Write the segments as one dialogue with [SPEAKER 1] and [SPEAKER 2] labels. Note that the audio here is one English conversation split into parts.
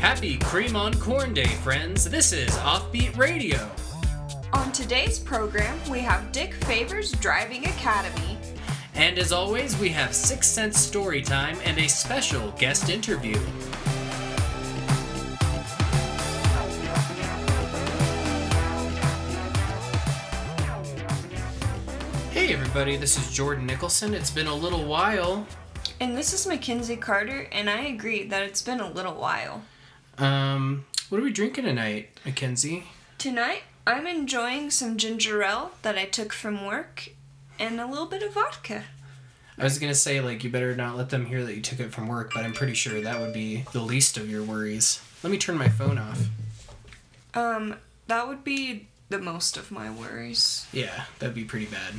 [SPEAKER 1] Happy Cream on Corn Day, friends. This is Offbeat Radio.
[SPEAKER 2] On today's program, we have Dick Favors Driving Academy.
[SPEAKER 1] And as always, we have Six Sense Story Time and a special guest interview. Hey everybody, this is Jordan Nicholson. It's been a little while.
[SPEAKER 2] And this is Mackenzie Carter, and I agree that it's been a little while.
[SPEAKER 1] Um, what are we drinking tonight, Mackenzie?
[SPEAKER 2] Tonight, I'm enjoying some ginger ale that I took from work and a little bit of vodka.
[SPEAKER 1] I was gonna say like you better not let them hear that you took it from work, but I'm pretty sure that would be the least of your worries. Let me turn my phone off.
[SPEAKER 2] Um, that would be the most of my worries.
[SPEAKER 1] Yeah, that'd be pretty bad.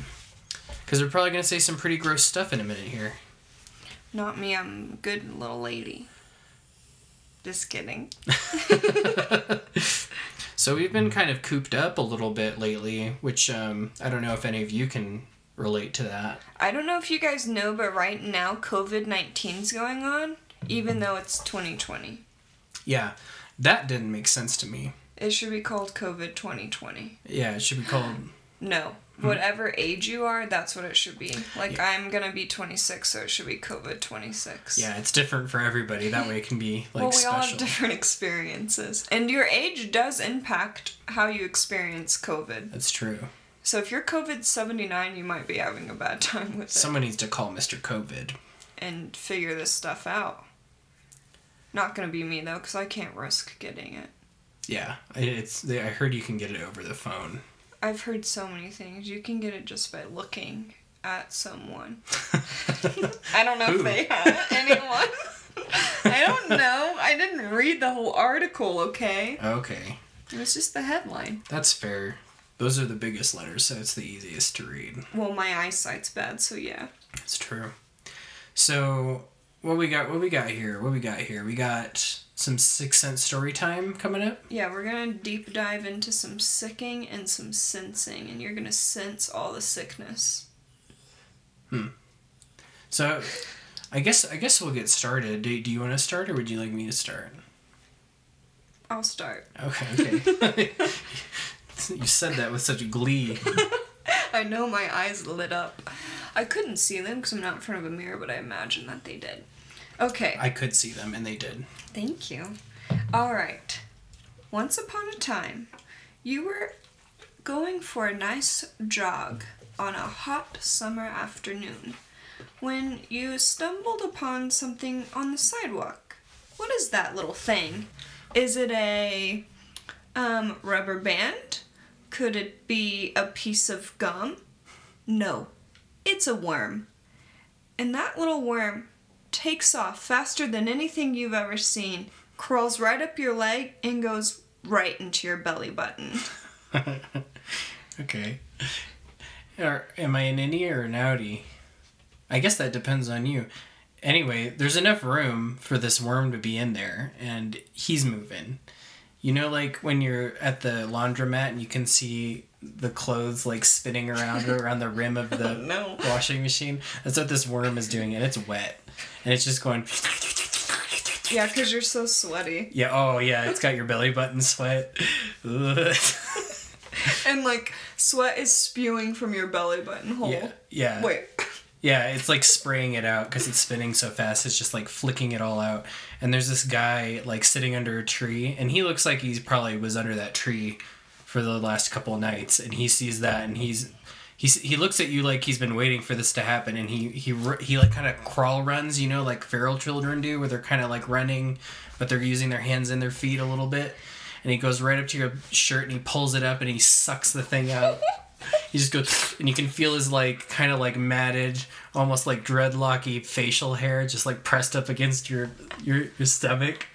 [SPEAKER 1] Cause we're probably gonna say some pretty gross stuff in a minute here.
[SPEAKER 2] Not me, I'm a good little lady. Just kidding.
[SPEAKER 1] So we've been kind of cooped up a little bit lately, which um, I don't know if any of you can relate to that.
[SPEAKER 2] I don't know if you guys know, but right now COVID 19's going on, even though it's 2020.
[SPEAKER 1] Yeah, that didn't make sense to me.
[SPEAKER 2] It should be called COVID 2020.
[SPEAKER 1] Yeah, it should be called.
[SPEAKER 2] No.
[SPEAKER 1] Hmm.
[SPEAKER 2] Whatever age you are, that's what it should be. Like I'm gonna be 26, so it should be COVID 26.
[SPEAKER 1] Yeah, it's different for everybody. That way, it can be like
[SPEAKER 2] well, we all
[SPEAKER 1] special.
[SPEAKER 2] have different experiences, and your age does impact how you experience COVID.
[SPEAKER 1] That's true.
[SPEAKER 2] So if you're COVID 79, you might be having a bad time with
[SPEAKER 1] Someone needs to call Mr. COVID.
[SPEAKER 2] it and figure this stuff out. Not gonna be me though, because I can't risk getting it.
[SPEAKER 1] Yeah, it's. I heard you can get it over the phone.
[SPEAKER 2] I've heard so many things. You can get it just by looking at someone. I don't know
[SPEAKER 1] Who?
[SPEAKER 2] if they have anyone. I don't know. I didn't read the whole article, okay?
[SPEAKER 1] Okay,
[SPEAKER 2] It was just the headline.
[SPEAKER 1] that's fair. Those are the biggest letters, so it's the easiest to read.
[SPEAKER 2] Well, my eyesight's bad, so yeah.
[SPEAKER 1] It's true. So what we got? What we got here? What we got here? We got some six cent story time coming up.
[SPEAKER 2] Yeah, we're gonna deep dive into some sicking and some sensing, and you're gonna sense all the sickness.
[SPEAKER 1] So I guess I guess we'll get started. Do, do you want to start, or would you like me to start?
[SPEAKER 2] I'll start.
[SPEAKER 1] Okay. Okay. you said that with such glee.
[SPEAKER 2] I know my eyes lit up. I couldn't see them because I'm not in front of a mirror, but I imagine that they did. Okay.
[SPEAKER 1] I could see them, and they did.
[SPEAKER 2] Thank you. All right. Once upon a time, you were going for a nice jog on a hot summer afternoon when you stumbled upon something on the sidewalk. What is that little thing? Is it a um, rubber band? Could it be a piece of gum? No, it's a worm. And that little worm takes off faster than anything you've ever seen, crawls right up your leg, and goes right into your belly button.
[SPEAKER 1] Okay. Or am I an innie or an outie? I guess that depends on you. Anyway, there's enough room for this worm to be in there, and he's moving. You know, like when you're at the laundromat and you can see the clothes like spinning around around the rim of the
[SPEAKER 2] no.
[SPEAKER 1] washing machine. That's what this worm is doing, and it's wet, and it's just going.
[SPEAKER 2] Yeah, because you're so sweaty.
[SPEAKER 1] Yeah. Oh, yeah. It's got your belly button sweat. Ugh.
[SPEAKER 2] And like, sweat is spewing from your belly button hole.
[SPEAKER 1] yeah. Yeah.
[SPEAKER 2] Wait.
[SPEAKER 1] Yeah, it's like spraying it out because it's spinning so fast. It's just like flicking it all out. And there's this guy like sitting under a tree, and he looks like he probably was under that tree for the last couple nights. And he sees that, and he's he's he looks at you like he's been waiting for this to happen. And he he ru- he like kind of crawl runs, you know, like feral children do, where they're kind of like running, but they're using their hands and their feet a little bit. And he goes right up to your shirt and he pulls it up and he sucks the thing out. He just goes, and you can feel his like kind of like matted, almost like dreadlocky facial hair just like pressed up against your your, your stomach.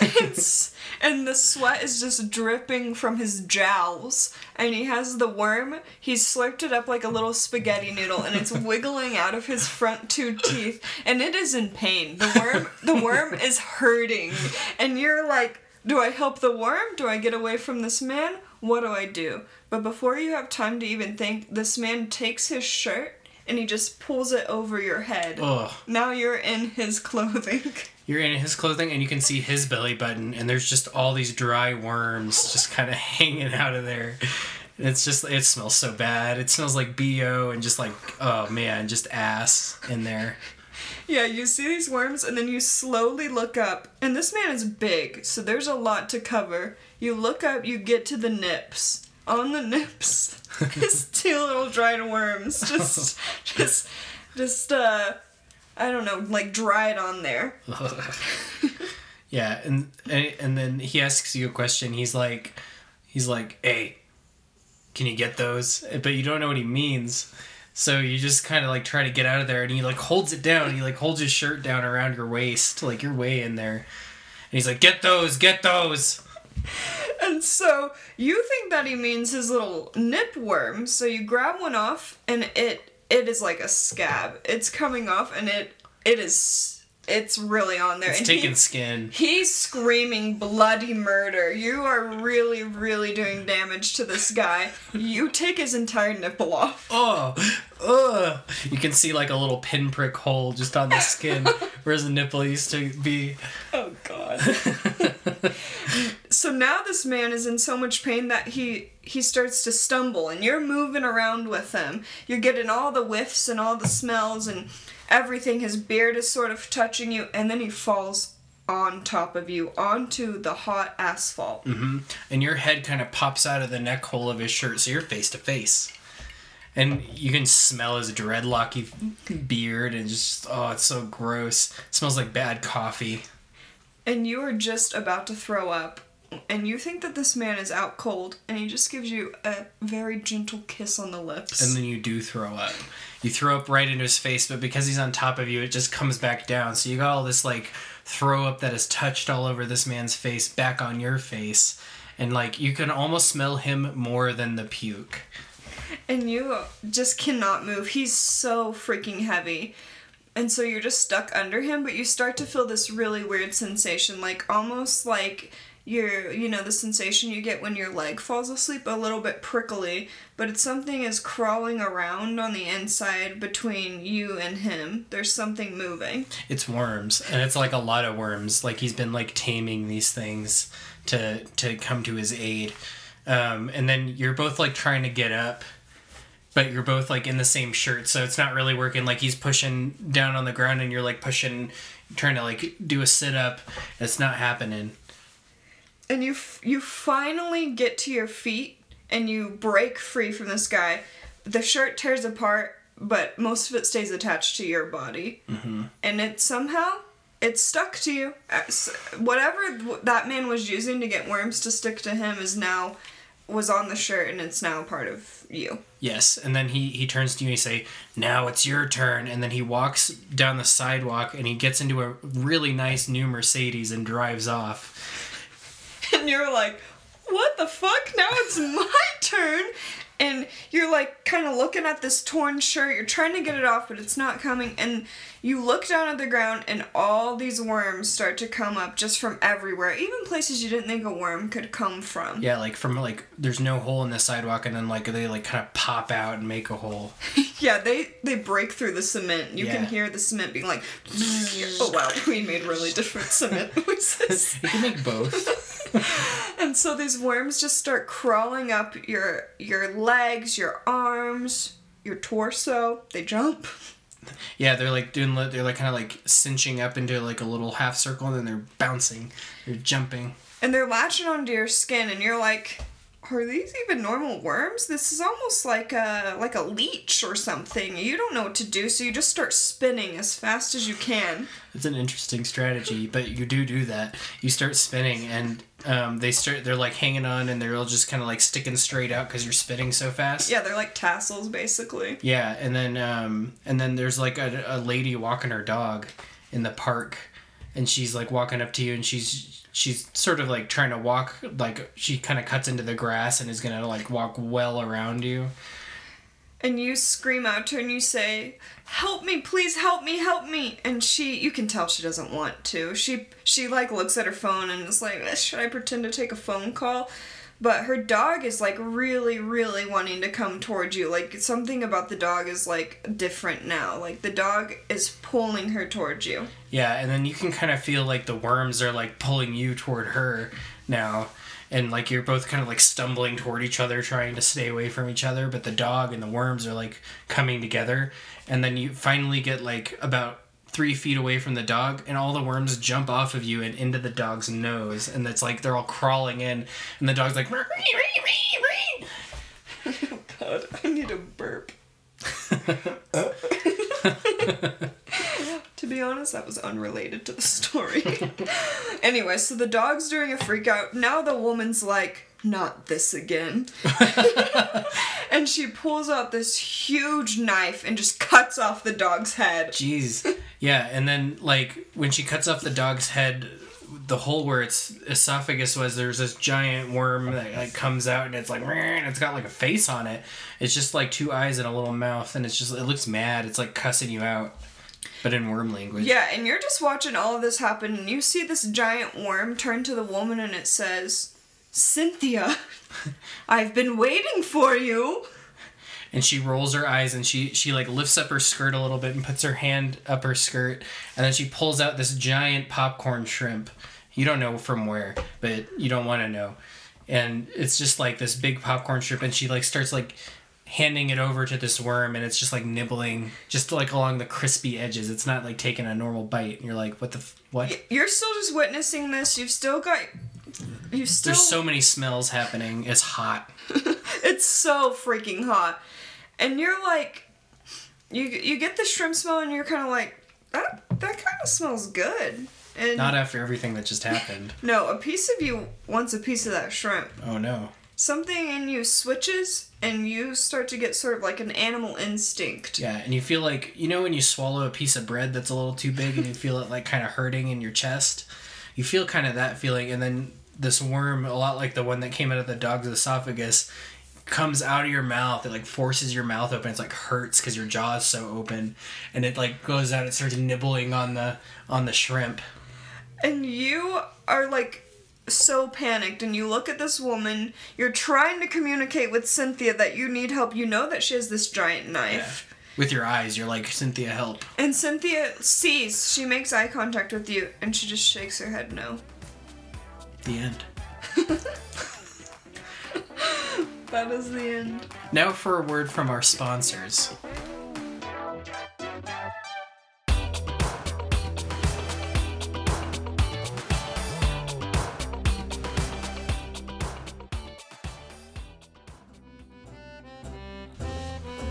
[SPEAKER 2] It's- and the sweat is just dripping from his jowls. And he has the worm. He's slurped it up like a little spaghetti noodle, and it's wiggling out of his front two teeth. And it is in pain. The worm, the worm is hurting. And you're like, do I help the worm? Do I get away from this man? What do I do? But before you have time to even think, this man takes his
[SPEAKER 1] Oh.
[SPEAKER 2] shirt and he just pulls it over your head.
[SPEAKER 1] Ugh.
[SPEAKER 2] Now you're in his clothing.
[SPEAKER 1] You're in his clothing and you can see his belly button, and there's just all these dry worms just kind of hanging out of there. And It's just, it smells so bad. It smells like BO and just like, oh man, just ass in there.
[SPEAKER 2] Yeah, you see these worms and then you slowly look up. And this man is big, so there's a lot to cover. You look up, you get to the nips. On the nips is two little dried worms. Just just just uh I don't know, like dried on there.
[SPEAKER 1] Yeah, and, and and then he asks you a question. He's like, he's like, "Hey, can you get those?" But you don't know what he means, so you just kind of like try to get out of there. And he like holds it down. He like holds his shirt down around your waist, like you're way in there. And he's like, "Get those, get those."
[SPEAKER 2] And so you think that he means his little nip worm, so you grab one off and it it is like a scab. It's coming off and it it is it's really on there.
[SPEAKER 1] It's
[SPEAKER 2] and he-
[SPEAKER 1] taking skin.
[SPEAKER 2] He's screaming bloody murder. You are really, really doing damage to this guy. You take his entire nipple off.
[SPEAKER 1] Oh, ugh. You can see like a little pinprick hole just on the skin where his nipple used to be.
[SPEAKER 2] Oh, God. so now this man is in so much pain that he he starts to stumble and you're moving around with him you're getting all the whiffs and all the smells and everything his beard is sort of touching you and then he falls on top of you onto the hot asphalt
[SPEAKER 1] and your head kind of pops out of the neck hole of his shirt, so you're face to face. And you can smell his dreadlocky beard, and just oh, it's so gross. It smells like bad coffee.
[SPEAKER 2] and you are just about to throw up and you think that this man is out cold and he just gives you a very gentle kiss on the lips
[SPEAKER 1] And then you do throw up. You throw up right into his face, but because he's on top of you, it just comes back down. So you got all this like throw up that is touched all over this man's face, back on your face, and like you can almost smell him more than the puke.
[SPEAKER 2] and you just cannot move he's so freaking heavy and so you're just stuck under him but you start to feel this really weird sensation like almost like your you know the sensation you get when your leg falls asleep a little bit prickly but it's something is crawling around on the inside between you and him there's something moving
[SPEAKER 1] it's worms and it's like a lot of worms like he's been like taming these things to to come to his aid um, and then you're both like trying to get up but you're both like in the same shirt so it's not really working like he's pushing down on the ground and you're like pushing trying to like do a sit-up it's not happening
[SPEAKER 2] and you f- you finally get to your feet and you break free from this guy. The shirt tears apart, but most of it stays attached to your body, mm-hmm. and it somehow it's stuck to you. Uh, s- Whatever th- that man was using to get worms to stick to him is now was on the shirt, and it's now part of you.
[SPEAKER 1] Yes, and then he he turns to you and he say, "Now it's your turn." And then he walks down the sidewalk and he gets into a really nice new Mercedes and drives off.
[SPEAKER 2] and you're like, what the fuck? Now it's my turn. And you're like kind of looking at this torn shirt. You're trying to get it off, but it's not coming. And you look down at the ground, and all these worms start to come up just from everywhere, even places you didn't think a worm could come from.
[SPEAKER 1] Yeah, like from like there's no hole in the sidewalk, and then like they like kind of pop out and make a hole.
[SPEAKER 2] Yeah, they they break through the cement. You can
[SPEAKER 1] Yeah.
[SPEAKER 2] hear the cement being like, oh wow, we made really different cement noises.
[SPEAKER 1] You can make both.
[SPEAKER 2] And so these worms just start crawling up your your legs, your arms, your torso. They jump.
[SPEAKER 1] yeah, they're like doing li- they're like kind of like cinching up into like a little half circle, and then they're bouncing, they're jumping.
[SPEAKER 2] And they're latching onto your skin and you're like, are these even normal worms? This is almost like a like a leech or something. You don't know what to do, so you just start spinning as fast as you can.
[SPEAKER 1] It's an interesting strategy, but you do do that. You start spinning, and um, they start they're like hanging on, and they're all just kind of like sticking straight out because you're spinning so fast.
[SPEAKER 2] Yeah, they're like tassels basically.
[SPEAKER 1] Yeah, and then um, and then there's like a, a lady walking her dog in the park, and she's like walking up to you, and she's she's sort of like trying to walk like she kind of cuts into the grass and is gonna like walk well around you.
[SPEAKER 2] And you scream out to her and you say, "Help me, please help me, help me." And she, you can tell she doesn't want to. She she like looks at her phone and is like, "Eh, "Should I pretend to take a phone call?" But her dog is like really, really wanting to come towards you. Like something about the dog is like different now. Like the dog is pulling her towards you.
[SPEAKER 1] Yeah, and then you can kind of feel like the worms are like pulling you toward her now. And like you're both kind of like stumbling toward each other, trying to stay away from each other, but the dog and the worms are like coming together. And then you finally get like about three feet away from the dog, and all the worms jump off of you and into the dog's nose. And it's like they're all crawling in, and the dog's like,
[SPEAKER 2] Oh god, I need a burp. to be honest, that was unrelated to the story. anyway, so the dog's doing a freak out. Now the woman's like, not this again. and she pulls out this huge knife and just cuts off the dog's head.
[SPEAKER 1] Jeez. Yeah, and then like when she cuts off the dog's head, the hole where its esophagus was, there's this giant worm that like comes out and it's like "Meow," and it's got like a face on it. It's just like two eyes and a little mouth and it's just it looks mad. It's like cussing you out. But in worm language.
[SPEAKER 2] Yeah, and you're just watching all of this happen, and you see this giant worm turn to the woman and it says, Cynthia, I've been waiting for you.
[SPEAKER 1] And she rolls her eyes and she she like lifts up her skirt a little bit and puts her hand up her skirt and then she pulls out this giant popcorn shrimp. You don't know from where, but you don't want to know. And it's just like this big popcorn shrimp and she like starts like handing it over to this worm and it's just like nibbling just like along the crispy edges. It's not like taking a normal bite. And you're like, "What the f- what?"
[SPEAKER 2] You're still just witnessing this. You've still got. You still.
[SPEAKER 1] There's so many smells happening. It's hot.
[SPEAKER 2] it's so freaking hot, and you're like, you you get the shrimp smell, and you're kind of like, that that kind of smells good. And
[SPEAKER 1] Not after everything that just happened.
[SPEAKER 2] no, a piece of you wants a piece of that shrimp.
[SPEAKER 1] Oh no.
[SPEAKER 2] Something in you switches, and you start to get sort of like an animal instinct.
[SPEAKER 1] Yeah, and you feel like you know when you swallow a piece of bread that's a little too big and you feel it like kind of hurting in your chest. You feel kind of that feeling, and then this worm, a lot like the one that came out of the dog's esophagus, comes out of your mouth. It like forces your mouth open. It's like hurts because your jaw is so open, and it like goes out. It starts nibbling on the on the shrimp.
[SPEAKER 2] And you are like so panicked, and you look at this woman. You're trying to communicate with Cynthia that you need help. You know that she has this giant knife.
[SPEAKER 1] With your eyes, you're like Cynthia, help.
[SPEAKER 2] And Cynthia sees, she makes eye contact with you, and she just shakes her head no.
[SPEAKER 1] The end.
[SPEAKER 2] That is the end.
[SPEAKER 1] Now for a word from our sponsors.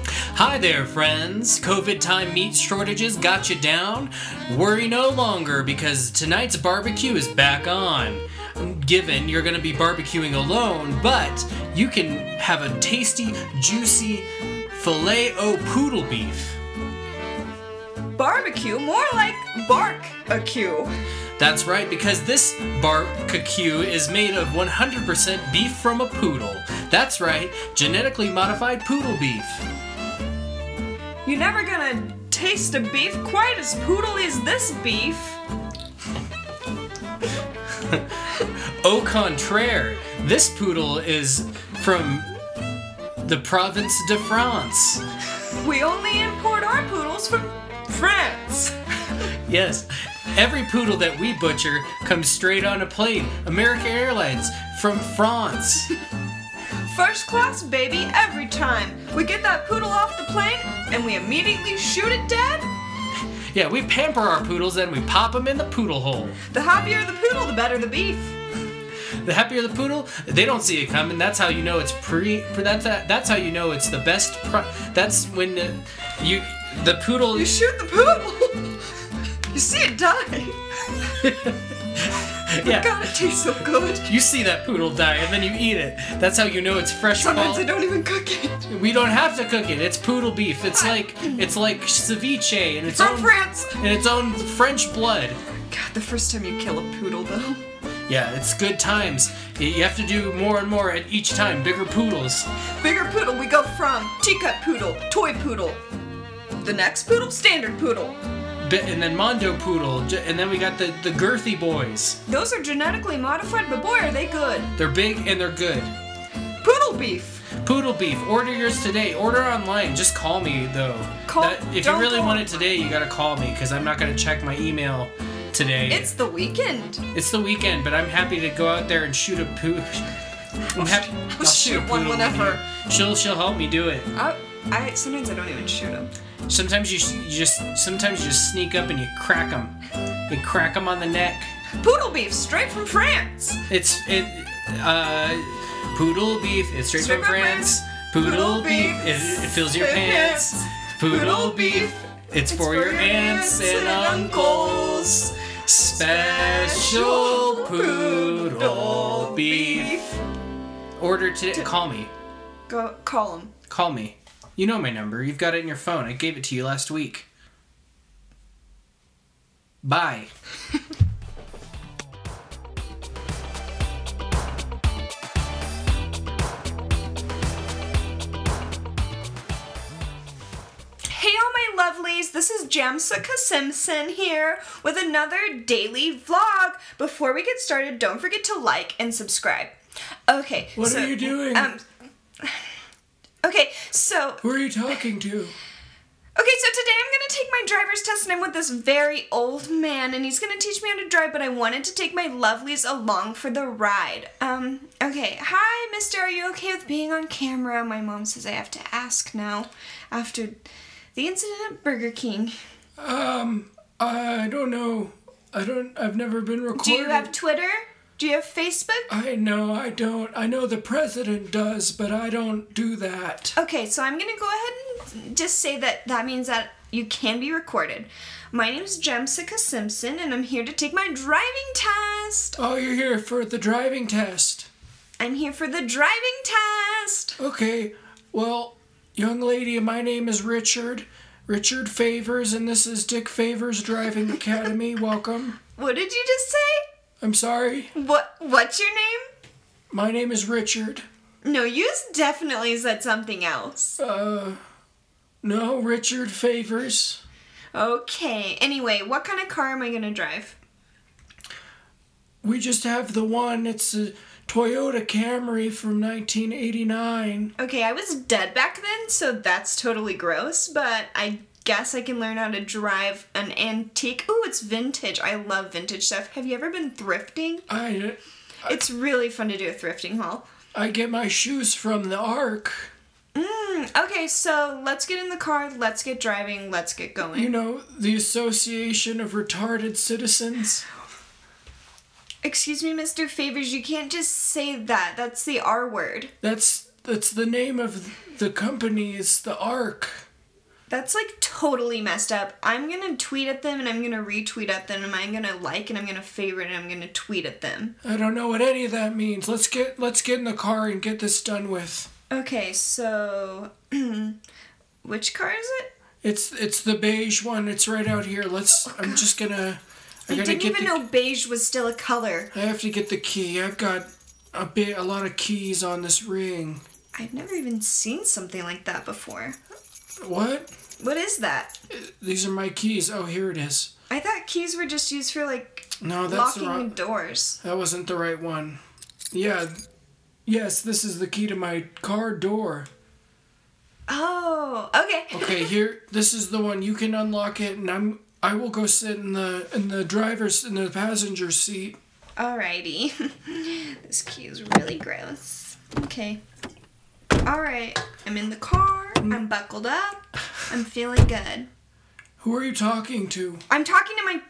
[SPEAKER 1] Hi there, friends. COVID time meat shortages got you down? Worry no longer because tonight's barbecue is back on. Um, Given you're going to be barbecuing alone, but you can have a tasty, juicy filet o poodle beef.
[SPEAKER 2] Barbecue, more like bark a cue.
[SPEAKER 1] That's right, because this barbecue is made of 100% beef from a poodle. That's right, genetically modified poodle beef.
[SPEAKER 2] You're never gonna taste a beef quite as poodly as this beef.
[SPEAKER 1] Au contraire, this poodle is from the province de France.
[SPEAKER 2] We only import our poodles from France.
[SPEAKER 1] Yes, every poodle that we butcher comes straight on a plane. American Airlines from France.
[SPEAKER 2] First class, baby, every time. We get that poodle off the plane and we immediately shoot it dead.
[SPEAKER 1] Yeah, we pamper our poodles and we pop them in the poodle hole.
[SPEAKER 2] The happier the poodle, the better the beef.
[SPEAKER 1] The happier the poodle, they don't see it coming. That's how you know it's pre. That's that's how you know it's the best. Pro, that's when the, you the poodle.
[SPEAKER 2] You shoot the poodle, you see it die.
[SPEAKER 1] yeah,
[SPEAKER 2] God, it tastes so good.
[SPEAKER 1] you see that poodle die and then you eat it. That's how you know it's fresh.
[SPEAKER 2] Sometimes
[SPEAKER 1] qual-
[SPEAKER 2] I don't even cook it.
[SPEAKER 1] We don't have to cook it. It's poodle beef. It's like it's like ceviche in its
[SPEAKER 2] From
[SPEAKER 1] own
[SPEAKER 2] France.
[SPEAKER 1] in its own French blood.
[SPEAKER 2] God, the first time you kill a poodle, though.
[SPEAKER 1] Yeah, it's good times. Y- You have to do more and more at each time. Bigger poodles.
[SPEAKER 2] Bigger poodle, we go from teacup poodle, toy poodle. The next poodle, standard poodle.
[SPEAKER 1] Bi- And then Mondo poodle. J- And then we got the the girthy boys.
[SPEAKER 2] Those are genetically modified, but boy, are they good.
[SPEAKER 1] They're big and they're good.
[SPEAKER 2] Poodle beef.
[SPEAKER 1] Poodle beef. Order yours today. Order online. Just call me though.
[SPEAKER 2] Call-
[SPEAKER 1] if you
[SPEAKER 2] don't
[SPEAKER 1] really
[SPEAKER 2] go
[SPEAKER 1] want
[SPEAKER 2] on-
[SPEAKER 1] it today, you gotta call me because I'm not gonna check my email today.
[SPEAKER 2] It's the weekend.
[SPEAKER 1] It's the weekend, but I'm happy to go out there and shoot a poo. I'm happy.
[SPEAKER 2] I'll shoot one
[SPEAKER 1] poodle
[SPEAKER 2] whenever.
[SPEAKER 1] with you. She'll she'll help me do it.
[SPEAKER 2] I, I sometimes I don't even shoot them.
[SPEAKER 1] Sometimes you, s- you just sometimes you just sneak up and you crack them. You crack them on the neck.
[SPEAKER 2] Poodle beef, straight from France.
[SPEAKER 1] It's it. Uh, poodle beef is straight, from France. Poodle, beef, it, it fills your
[SPEAKER 2] fit
[SPEAKER 1] pants. Poodle,
[SPEAKER 2] Poodle
[SPEAKER 1] beef.
[SPEAKER 2] beef,
[SPEAKER 1] It's, for, your aunts and uncles. Special poodle beef. Order today. Call me.
[SPEAKER 2] Go call him.
[SPEAKER 1] Call me. You know my number. You've got it in your phone. I gave it to you last week. Bye.
[SPEAKER 2] Hey, all my lovelies, this is Jamsica Simpson here with another daily vlog. Before we get started, don't forget to like and subscribe. Okay.
[SPEAKER 1] What are you doing?
[SPEAKER 2] Um, okay, so
[SPEAKER 1] Who are you talking to?
[SPEAKER 2] Okay, so today I'm gonna take my driver's test and I'm with this very old man and he's gonna teach me how to drive, but I wanted to take my lovelies along for the ride. Um, okay. Hi, mister, are you okay with being on camera? My mom says I have to ask now after the incident at Burger King.
[SPEAKER 1] Um, I don't know. I don't. I've never been recorded.
[SPEAKER 2] Do you have Twitter? Do you have Facebook?
[SPEAKER 1] I know. I don't. I know the president does, but I don't do that.
[SPEAKER 2] Okay, so I'm gonna go ahead and just say that that means that you can be recorded. My name is Jemsica Simpson and I'm here to take my driving test.
[SPEAKER 1] Oh, you're here for the driving test.
[SPEAKER 2] I'm here for the driving test.
[SPEAKER 1] Okay. Well, young lady, my name is Richard. Richard Favors, and this is Dick Favors Driving Academy. Welcome.
[SPEAKER 2] What did you just say?
[SPEAKER 1] I'm sorry.
[SPEAKER 2] What what's your name?
[SPEAKER 1] My name is Richard.
[SPEAKER 2] No, you s- definitely said something else.
[SPEAKER 1] Uh, no, Richard Favors.
[SPEAKER 2] Okay. Anyway, what kind of car am I going to drive?
[SPEAKER 1] We just have the one. It's a Toyota Camry from 1989.
[SPEAKER 2] Okay, I was dead back then, so that's totally gross, but I guess I can learn how to drive an antique. Ooh, it's vintage. I love vintage stuff. Have you ever been thrifting?
[SPEAKER 1] I
[SPEAKER 2] It's really fun to do a thrifting haul.
[SPEAKER 1] I get my shoes from the Ark.
[SPEAKER 2] Mm, okay, so let's get in the car, let's get driving, let's get going.
[SPEAKER 1] You know, the Association of Retarded Citizens.
[SPEAKER 2] Excuse me, Mr. Favors, you can't just say that. That's the R word.
[SPEAKER 1] That's that's the name of the company. It's the Ark.
[SPEAKER 2] That's like totally messed up. I'm gonna tweet at them and I'm gonna retweet at them and I'm gonna like and I'm gonna favorite and I'm gonna tweet at them.
[SPEAKER 1] I don't know what any of that means. Let's get let's get in the car and get this done with.
[SPEAKER 2] Okay, so. which car is it?
[SPEAKER 1] It's it's the beige one. It's right out here. Let's. I'm just gonna. I
[SPEAKER 2] I
[SPEAKER 1] gotta
[SPEAKER 2] didn't
[SPEAKER 1] get
[SPEAKER 2] even
[SPEAKER 1] the.
[SPEAKER 2] know beige was still a color.
[SPEAKER 1] I have to get the key. I've got a bit a lot of keys on this ring.
[SPEAKER 2] I've never even seen something like that before.
[SPEAKER 1] What?
[SPEAKER 2] What is that?
[SPEAKER 1] These are my keys. Oh, here it is.
[SPEAKER 2] I thought keys were just used for like
[SPEAKER 1] No, that's the
[SPEAKER 2] locking
[SPEAKER 1] wrong.
[SPEAKER 2] doors.
[SPEAKER 1] That wasn't the right one. Yeah. Yes, this is the key to my car door.
[SPEAKER 2] Oh, okay.
[SPEAKER 1] Okay, here this is the one you can unlock it and I'm I will go sit in the in the driver's in the passenger seat.
[SPEAKER 2] Alrighty. this key is really gross. Okay. Alright, I'm in the car.
[SPEAKER 1] Mm-hmm.
[SPEAKER 2] I'm buckled up. I'm feeling good.
[SPEAKER 1] Who are you talking to?
[SPEAKER 2] I'm talking to my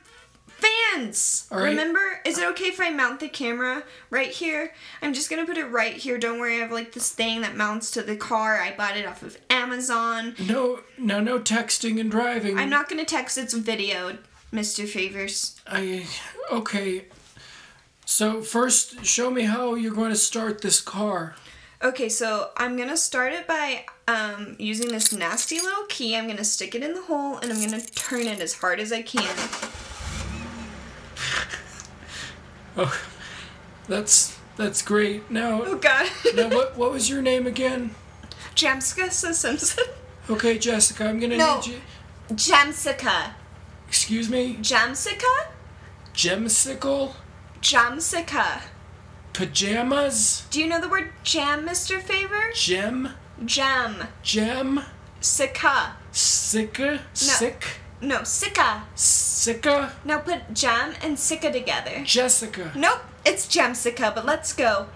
[SPEAKER 2] fans.
[SPEAKER 1] All right.
[SPEAKER 2] Remember, is it okay if I mount the camera right here? I'm just gonna put it right here. Don't worry, I have like this thing that mounts to the car. I bought it off of Amazon.
[SPEAKER 1] No, no, no texting and driving.
[SPEAKER 2] I'm not gonna text it's videoed, Mr. Favors.
[SPEAKER 1] I okay. So first show me how you're going to start this car.
[SPEAKER 2] Okay, so I'm gonna start it by um, using this nasty little key. I'm gonna stick it in the hole and I'm gonna turn it as hard as I can.
[SPEAKER 1] Oh. That's that's great. Now
[SPEAKER 2] Oh god.
[SPEAKER 1] now what what was your name again?
[SPEAKER 2] Jamsica so Simpson.
[SPEAKER 1] Okay, Jessica, I'm going to
[SPEAKER 2] No.
[SPEAKER 1] need you
[SPEAKER 2] Jamsica.
[SPEAKER 1] Excuse me.
[SPEAKER 2] Jamsica?
[SPEAKER 1] Gemsicle?
[SPEAKER 2] Jamsica.
[SPEAKER 1] pajamas?
[SPEAKER 2] Do you know the word jam, Mr. Favor?
[SPEAKER 1] Gem?
[SPEAKER 2] Jam.
[SPEAKER 1] Gem?
[SPEAKER 2] Sika.
[SPEAKER 1] Sicker? Sick?
[SPEAKER 2] No, sika.
[SPEAKER 1] Sicker?
[SPEAKER 2] Now put jam and sika together.
[SPEAKER 1] Jessica.
[SPEAKER 2] Nope, it's Jamsica, but let's go.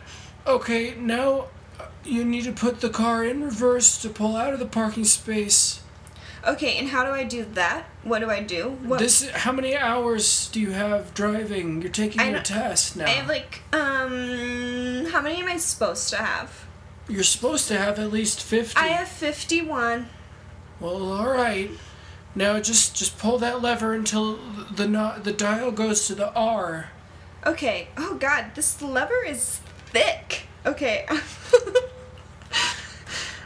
[SPEAKER 1] Okay, now uh, you need to put the car in reverse to pull out of the parking space.
[SPEAKER 2] Okay, and how do I do that? What do I do? What
[SPEAKER 1] This how many hours do you have driving? You're taking
[SPEAKER 2] I
[SPEAKER 1] your
[SPEAKER 2] don't-
[SPEAKER 1] test now.
[SPEAKER 2] I have like um how many am I supposed to have?
[SPEAKER 1] You're supposed to have at least 50.
[SPEAKER 2] I have 51.
[SPEAKER 1] Well, all right. Now just just pull that lever until the no- the dial goes to the R.
[SPEAKER 2] Okay. Oh god, this lever is thick. Okay.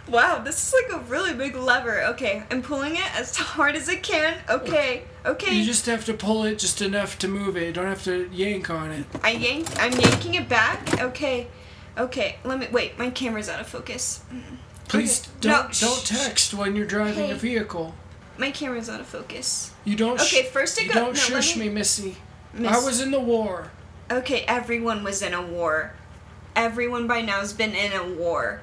[SPEAKER 2] wow, this is like a really big lever. Okay, I'm pulling it as hard as I can. Okay. Okay.
[SPEAKER 1] You just have to pull it just enough to move it. You don't have to yank on it.
[SPEAKER 2] I yanked. I'm yanking it back. Okay. Okay. Let me wait. My camera's out of focus.
[SPEAKER 1] Please
[SPEAKER 2] Okay. No,
[SPEAKER 1] don't don't
[SPEAKER 2] shh,
[SPEAKER 1] text when you're driving
[SPEAKER 2] Hey.
[SPEAKER 1] a vehicle.
[SPEAKER 2] My camera's out of focus.
[SPEAKER 1] You don't. sh-
[SPEAKER 2] Okay, first it
[SPEAKER 1] you
[SPEAKER 2] go-
[SPEAKER 1] Don't
[SPEAKER 2] no, let
[SPEAKER 1] shush
[SPEAKER 2] me-
[SPEAKER 1] me, Missy. I
[SPEAKER 2] Miss-
[SPEAKER 1] was in the war.
[SPEAKER 2] Okay, everyone was in a war. Everyone by now's been in a war.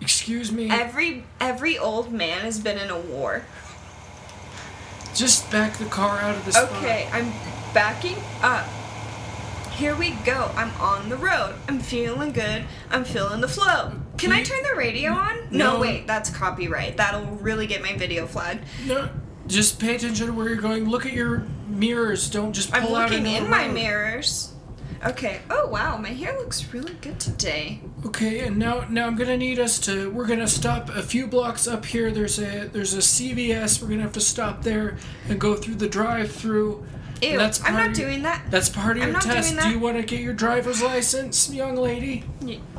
[SPEAKER 1] Excuse me.
[SPEAKER 2] Every every old man has been in a war.
[SPEAKER 1] Just back the car out of the spot.
[SPEAKER 2] Okay, I'm backing up. Here we go. I'm on the road. I'm feeling good. I'm feeling the flow. Can I
[SPEAKER 1] You-
[SPEAKER 2] turn the radio on? No,
[SPEAKER 1] No.
[SPEAKER 2] wait, that's copyright. That'll really get my video flagged.
[SPEAKER 1] No, just pay attention to where you're going. Look at your mirrors. Don't just
[SPEAKER 2] I'm
[SPEAKER 1] pull out
[SPEAKER 2] looking
[SPEAKER 1] into the
[SPEAKER 2] in my
[SPEAKER 1] road.
[SPEAKER 2] mirrors. Okay. Oh wow, my hair looks really good today.
[SPEAKER 1] Okay, and now now I'm gonna need us to. We're gonna stop a few blocks up here. There's a there's a CVS. We're gonna have to stop there and go through the drive-through.
[SPEAKER 2] Ew,
[SPEAKER 1] that's part
[SPEAKER 2] I'm not
[SPEAKER 1] of your-
[SPEAKER 2] doing that.
[SPEAKER 1] That's part of
[SPEAKER 2] I'm
[SPEAKER 1] your
[SPEAKER 2] not doing
[SPEAKER 1] test.
[SPEAKER 2] that.
[SPEAKER 1] Do you want to get your driver's license, young lady?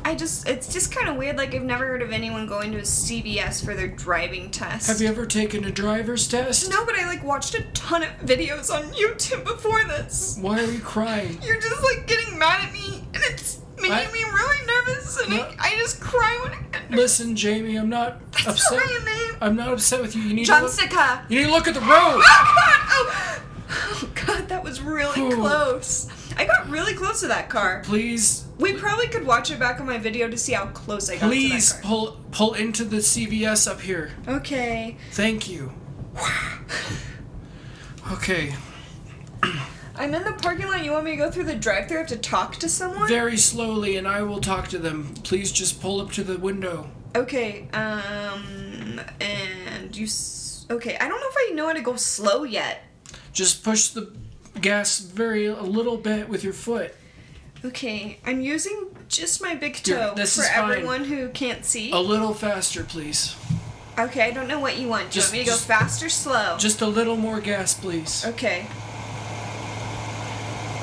[SPEAKER 2] I just it's just kind of weird like I've never heard of anyone going to a CVS for their driving test.
[SPEAKER 1] Have you ever taken a driver's test?
[SPEAKER 2] No, but I like watched a ton of videos on YouTube before this.
[SPEAKER 1] Why are you crying?
[SPEAKER 2] You're just like getting mad at me and it's making
[SPEAKER 1] I-
[SPEAKER 2] me really nervous and
[SPEAKER 1] No.
[SPEAKER 2] I, I just cry when I
[SPEAKER 1] Listen, Jamie, I'm not
[SPEAKER 2] That's
[SPEAKER 1] upset.
[SPEAKER 2] not my name.
[SPEAKER 1] I'm not upset with you. You need to look,
[SPEAKER 2] Johnsica.
[SPEAKER 1] you need to look at the road.
[SPEAKER 2] Oh god! Oh, oh god, that was really
[SPEAKER 1] Ooh.
[SPEAKER 2] close. I got really close to that car.
[SPEAKER 1] Please,
[SPEAKER 2] We probably could watch it back on my video to see how close I got
[SPEAKER 1] please
[SPEAKER 2] to that car.
[SPEAKER 1] pull pull into the CVS up here.
[SPEAKER 2] Okay.
[SPEAKER 1] Thank you. Okay,
[SPEAKER 2] I'm in the parking lot. You want me to go through the drive-thru? I have to talk to someone?
[SPEAKER 1] very slowly, and I will talk to them. Please just pull up to the window.
[SPEAKER 2] Okay, um, and you. S- okay, I don't know if I know how to go slow yet.
[SPEAKER 1] Just push the gas very a little bit with your foot.
[SPEAKER 2] Okay, I'm using just my big
[SPEAKER 1] Here,
[SPEAKER 2] toe
[SPEAKER 1] this
[SPEAKER 2] for
[SPEAKER 1] is fine. Oh.
[SPEAKER 2] everyone who can't see.
[SPEAKER 1] A little faster, please.
[SPEAKER 2] Okay, I don't know what you want. Do
[SPEAKER 1] Just-
[SPEAKER 2] you want me to
[SPEAKER 1] just-
[SPEAKER 2] go fast or slow?
[SPEAKER 1] Just a little more gas, please.
[SPEAKER 2] okay.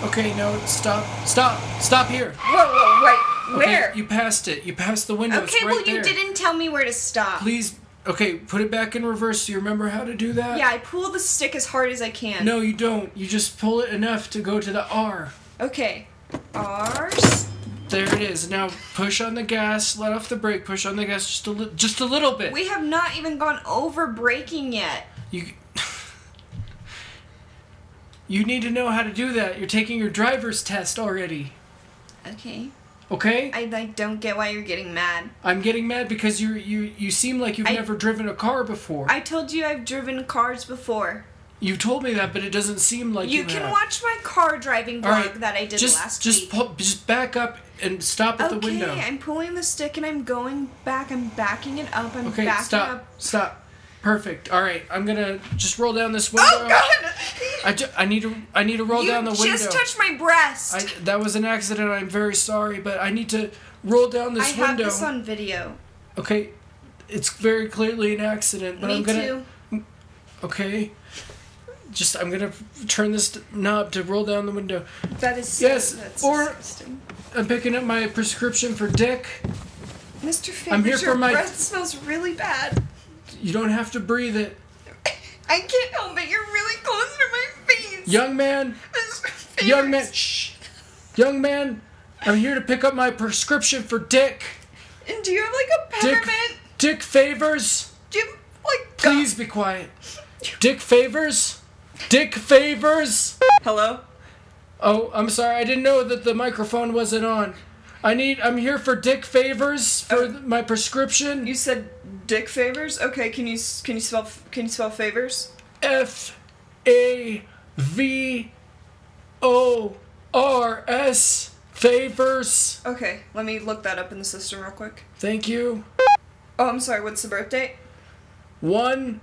[SPEAKER 1] Okay, no, stop, stop, stop here.
[SPEAKER 2] Whoa, whoa, wait.
[SPEAKER 1] Okay,
[SPEAKER 2] Where?
[SPEAKER 1] you passed it. You passed the window. it's
[SPEAKER 2] okay,
[SPEAKER 1] right
[SPEAKER 2] well, you
[SPEAKER 1] there.
[SPEAKER 2] didn't tell me where to stop.
[SPEAKER 1] Please, okay, put it back in reverse. Do you remember how to do that?
[SPEAKER 2] Yeah, I pull the stick as hard as I can.
[SPEAKER 1] No, you don't. You just pull it enough to go to the R.
[SPEAKER 2] Okay. R's.
[SPEAKER 1] There it is. Now push on the gas. Let off the brake. Push on the gas just a little, just a little bit.
[SPEAKER 2] We have not even gone over braking yet.
[SPEAKER 1] You. you need to know how to do that. You're taking your driver's test already.
[SPEAKER 2] Okay.
[SPEAKER 1] Okay.
[SPEAKER 2] I like don't get why you're getting mad.
[SPEAKER 1] I'm getting mad because you you you seem like you've
[SPEAKER 2] I-
[SPEAKER 1] never driven a car before.
[SPEAKER 2] I told you I've driven cars before.
[SPEAKER 1] you told me that, but it doesn't seem like you.
[SPEAKER 2] You can
[SPEAKER 1] have.
[SPEAKER 2] watch my car driving
[SPEAKER 1] All
[SPEAKER 2] vlog
[SPEAKER 1] right,
[SPEAKER 2] that I did
[SPEAKER 1] just,
[SPEAKER 2] last
[SPEAKER 1] just
[SPEAKER 2] week.
[SPEAKER 1] Pull, just back up and stop at
[SPEAKER 2] okay,
[SPEAKER 1] the window.
[SPEAKER 2] I'm pulling the stick and I'm going back. I'm backing it up. I'm
[SPEAKER 1] okay,
[SPEAKER 2] backing
[SPEAKER 1] stop,
[SPEAKER 2] up.
[SPEAKER 1] stop. Perfect. All right, I'm gonna just roll down this window.
[SPEAKER 2] Oh god!
[SPEAKER 1] I, ju- I need to I need to roll
[SPEAKER 2] you
[SPEAKER 1] down the window.
[SPEAKER 2] just touched my breast.
[SPEAKER 1] I, that was an accident. I'm very sorry, but I need to roll down
[SPEAKER 2] I
[SPEAKER 1] this
[SPEAKER 2] have
[SPEAKER 1] window.
[SPEAKER 2] this on video.
[SPEAKER 1] Okay, it's very clearly an accident, but
[SPEAKER 2] Me
[SPEAKER 1] I'm gonna.
[SPEAKER 2] too.
[SPEAKER 1] Okay, just I'm gonna turn this knob to roll down the window.
[SPEAKER 2] That is
[SPEAKER 1] Yes,
[SPEAKER 2] That's
[SPEAKER 1] or-
[SPEAKER 2] disgusting.
[SPEAKER 1] I'm picking up my prescription for dick.
[SPEAKER 2] Mr. Fingers,
[SPEAKER 1] I'm here
[SPEAKER 2] your
[SPEAKER 1] for my-
[SPEAKER 2] breath smells really bad.
[SPEAKER 1] You don't have to breathe it,
[SPEAKER 2] I can't help it. You're really close to my face.
[SPEAKER 1] young man.
[SPEAKER 2] Mr. Fingers.
[SPEAKER 1] Young man, shh. Young man, I'm here to pick up my prescription for dick.
[SPEAKER 2] And do you have like a
[SPEAKER 1] Dick,
[SPEAKER 2] peppermint?
[SPEAKER 1] dick favors.
[SPEAKER 2] Do you have, like gum?
[SPEAKER 1] Please be quiet. Dick favors. Dick favors.
[SPEAKER 2] Hello.
[SPEAKER 1] Oh, I'm sorry. I didn't know that the microphone wasn't on. I need. I'm here for dick favors for
[SPEAKER 2] Oh.
[SPEAKER 1] th- my prescription.
[SPEAKER 2] You said dick favors. Okay, can you s- can you spell f- can you spell favors?
[SPEAKER 1] F A V O R S favors.
[SPEAKER 2] Okay, let me look that up in the system real quick.
[SPEAKER 1] Thank you.
[SPEAKER 2] Oh, I'm sorry. What's the birth date?
[SPEAKER 1] One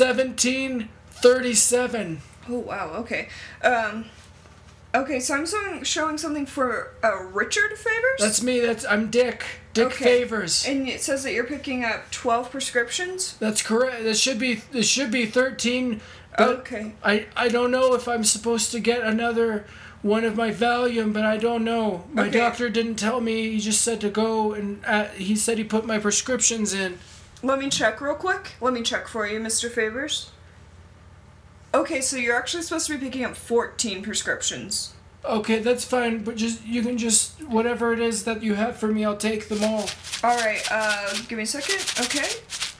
[SPEAKER 1] seventeen thirty-seven.
[SPEAKER 2] Oh wow. Okay. Um. Okay, so I'm showing, showing something for uh, Richard Favors,
[SPEAKER 1] That's me. That's I'm Dick. Dick
[SPEAKER 2] Okay.
[SPEAKER 1] favors.
[SPEAKER 2] and it says that you're picking up twelve prescriptions.
[SPEAKER 1] That's correct. This should be. This should be thirteen. But
[SPEAKER 2] okay.
[SPEAKER 1] I I don't know if I'm supposed to get another one of my Valium, but I don't know. My
[SPEAKER 2] Okay.
[SPEAKER 1] doctor didn't tell me. He just said to go, and uh, he said he put my prescriptions in.
[SPEAKER 2] Let me check real quick. Let me check for you, Mr. Favors. Okay, so you're actually supposed to be picking up 14 prescriptions.
[SPEAKER 1] Okay, that's fine, but just you can just whatever it is that you have for me, I'll take them all.
[SPEAKER 2] Alright, uh, give me a second. Okay.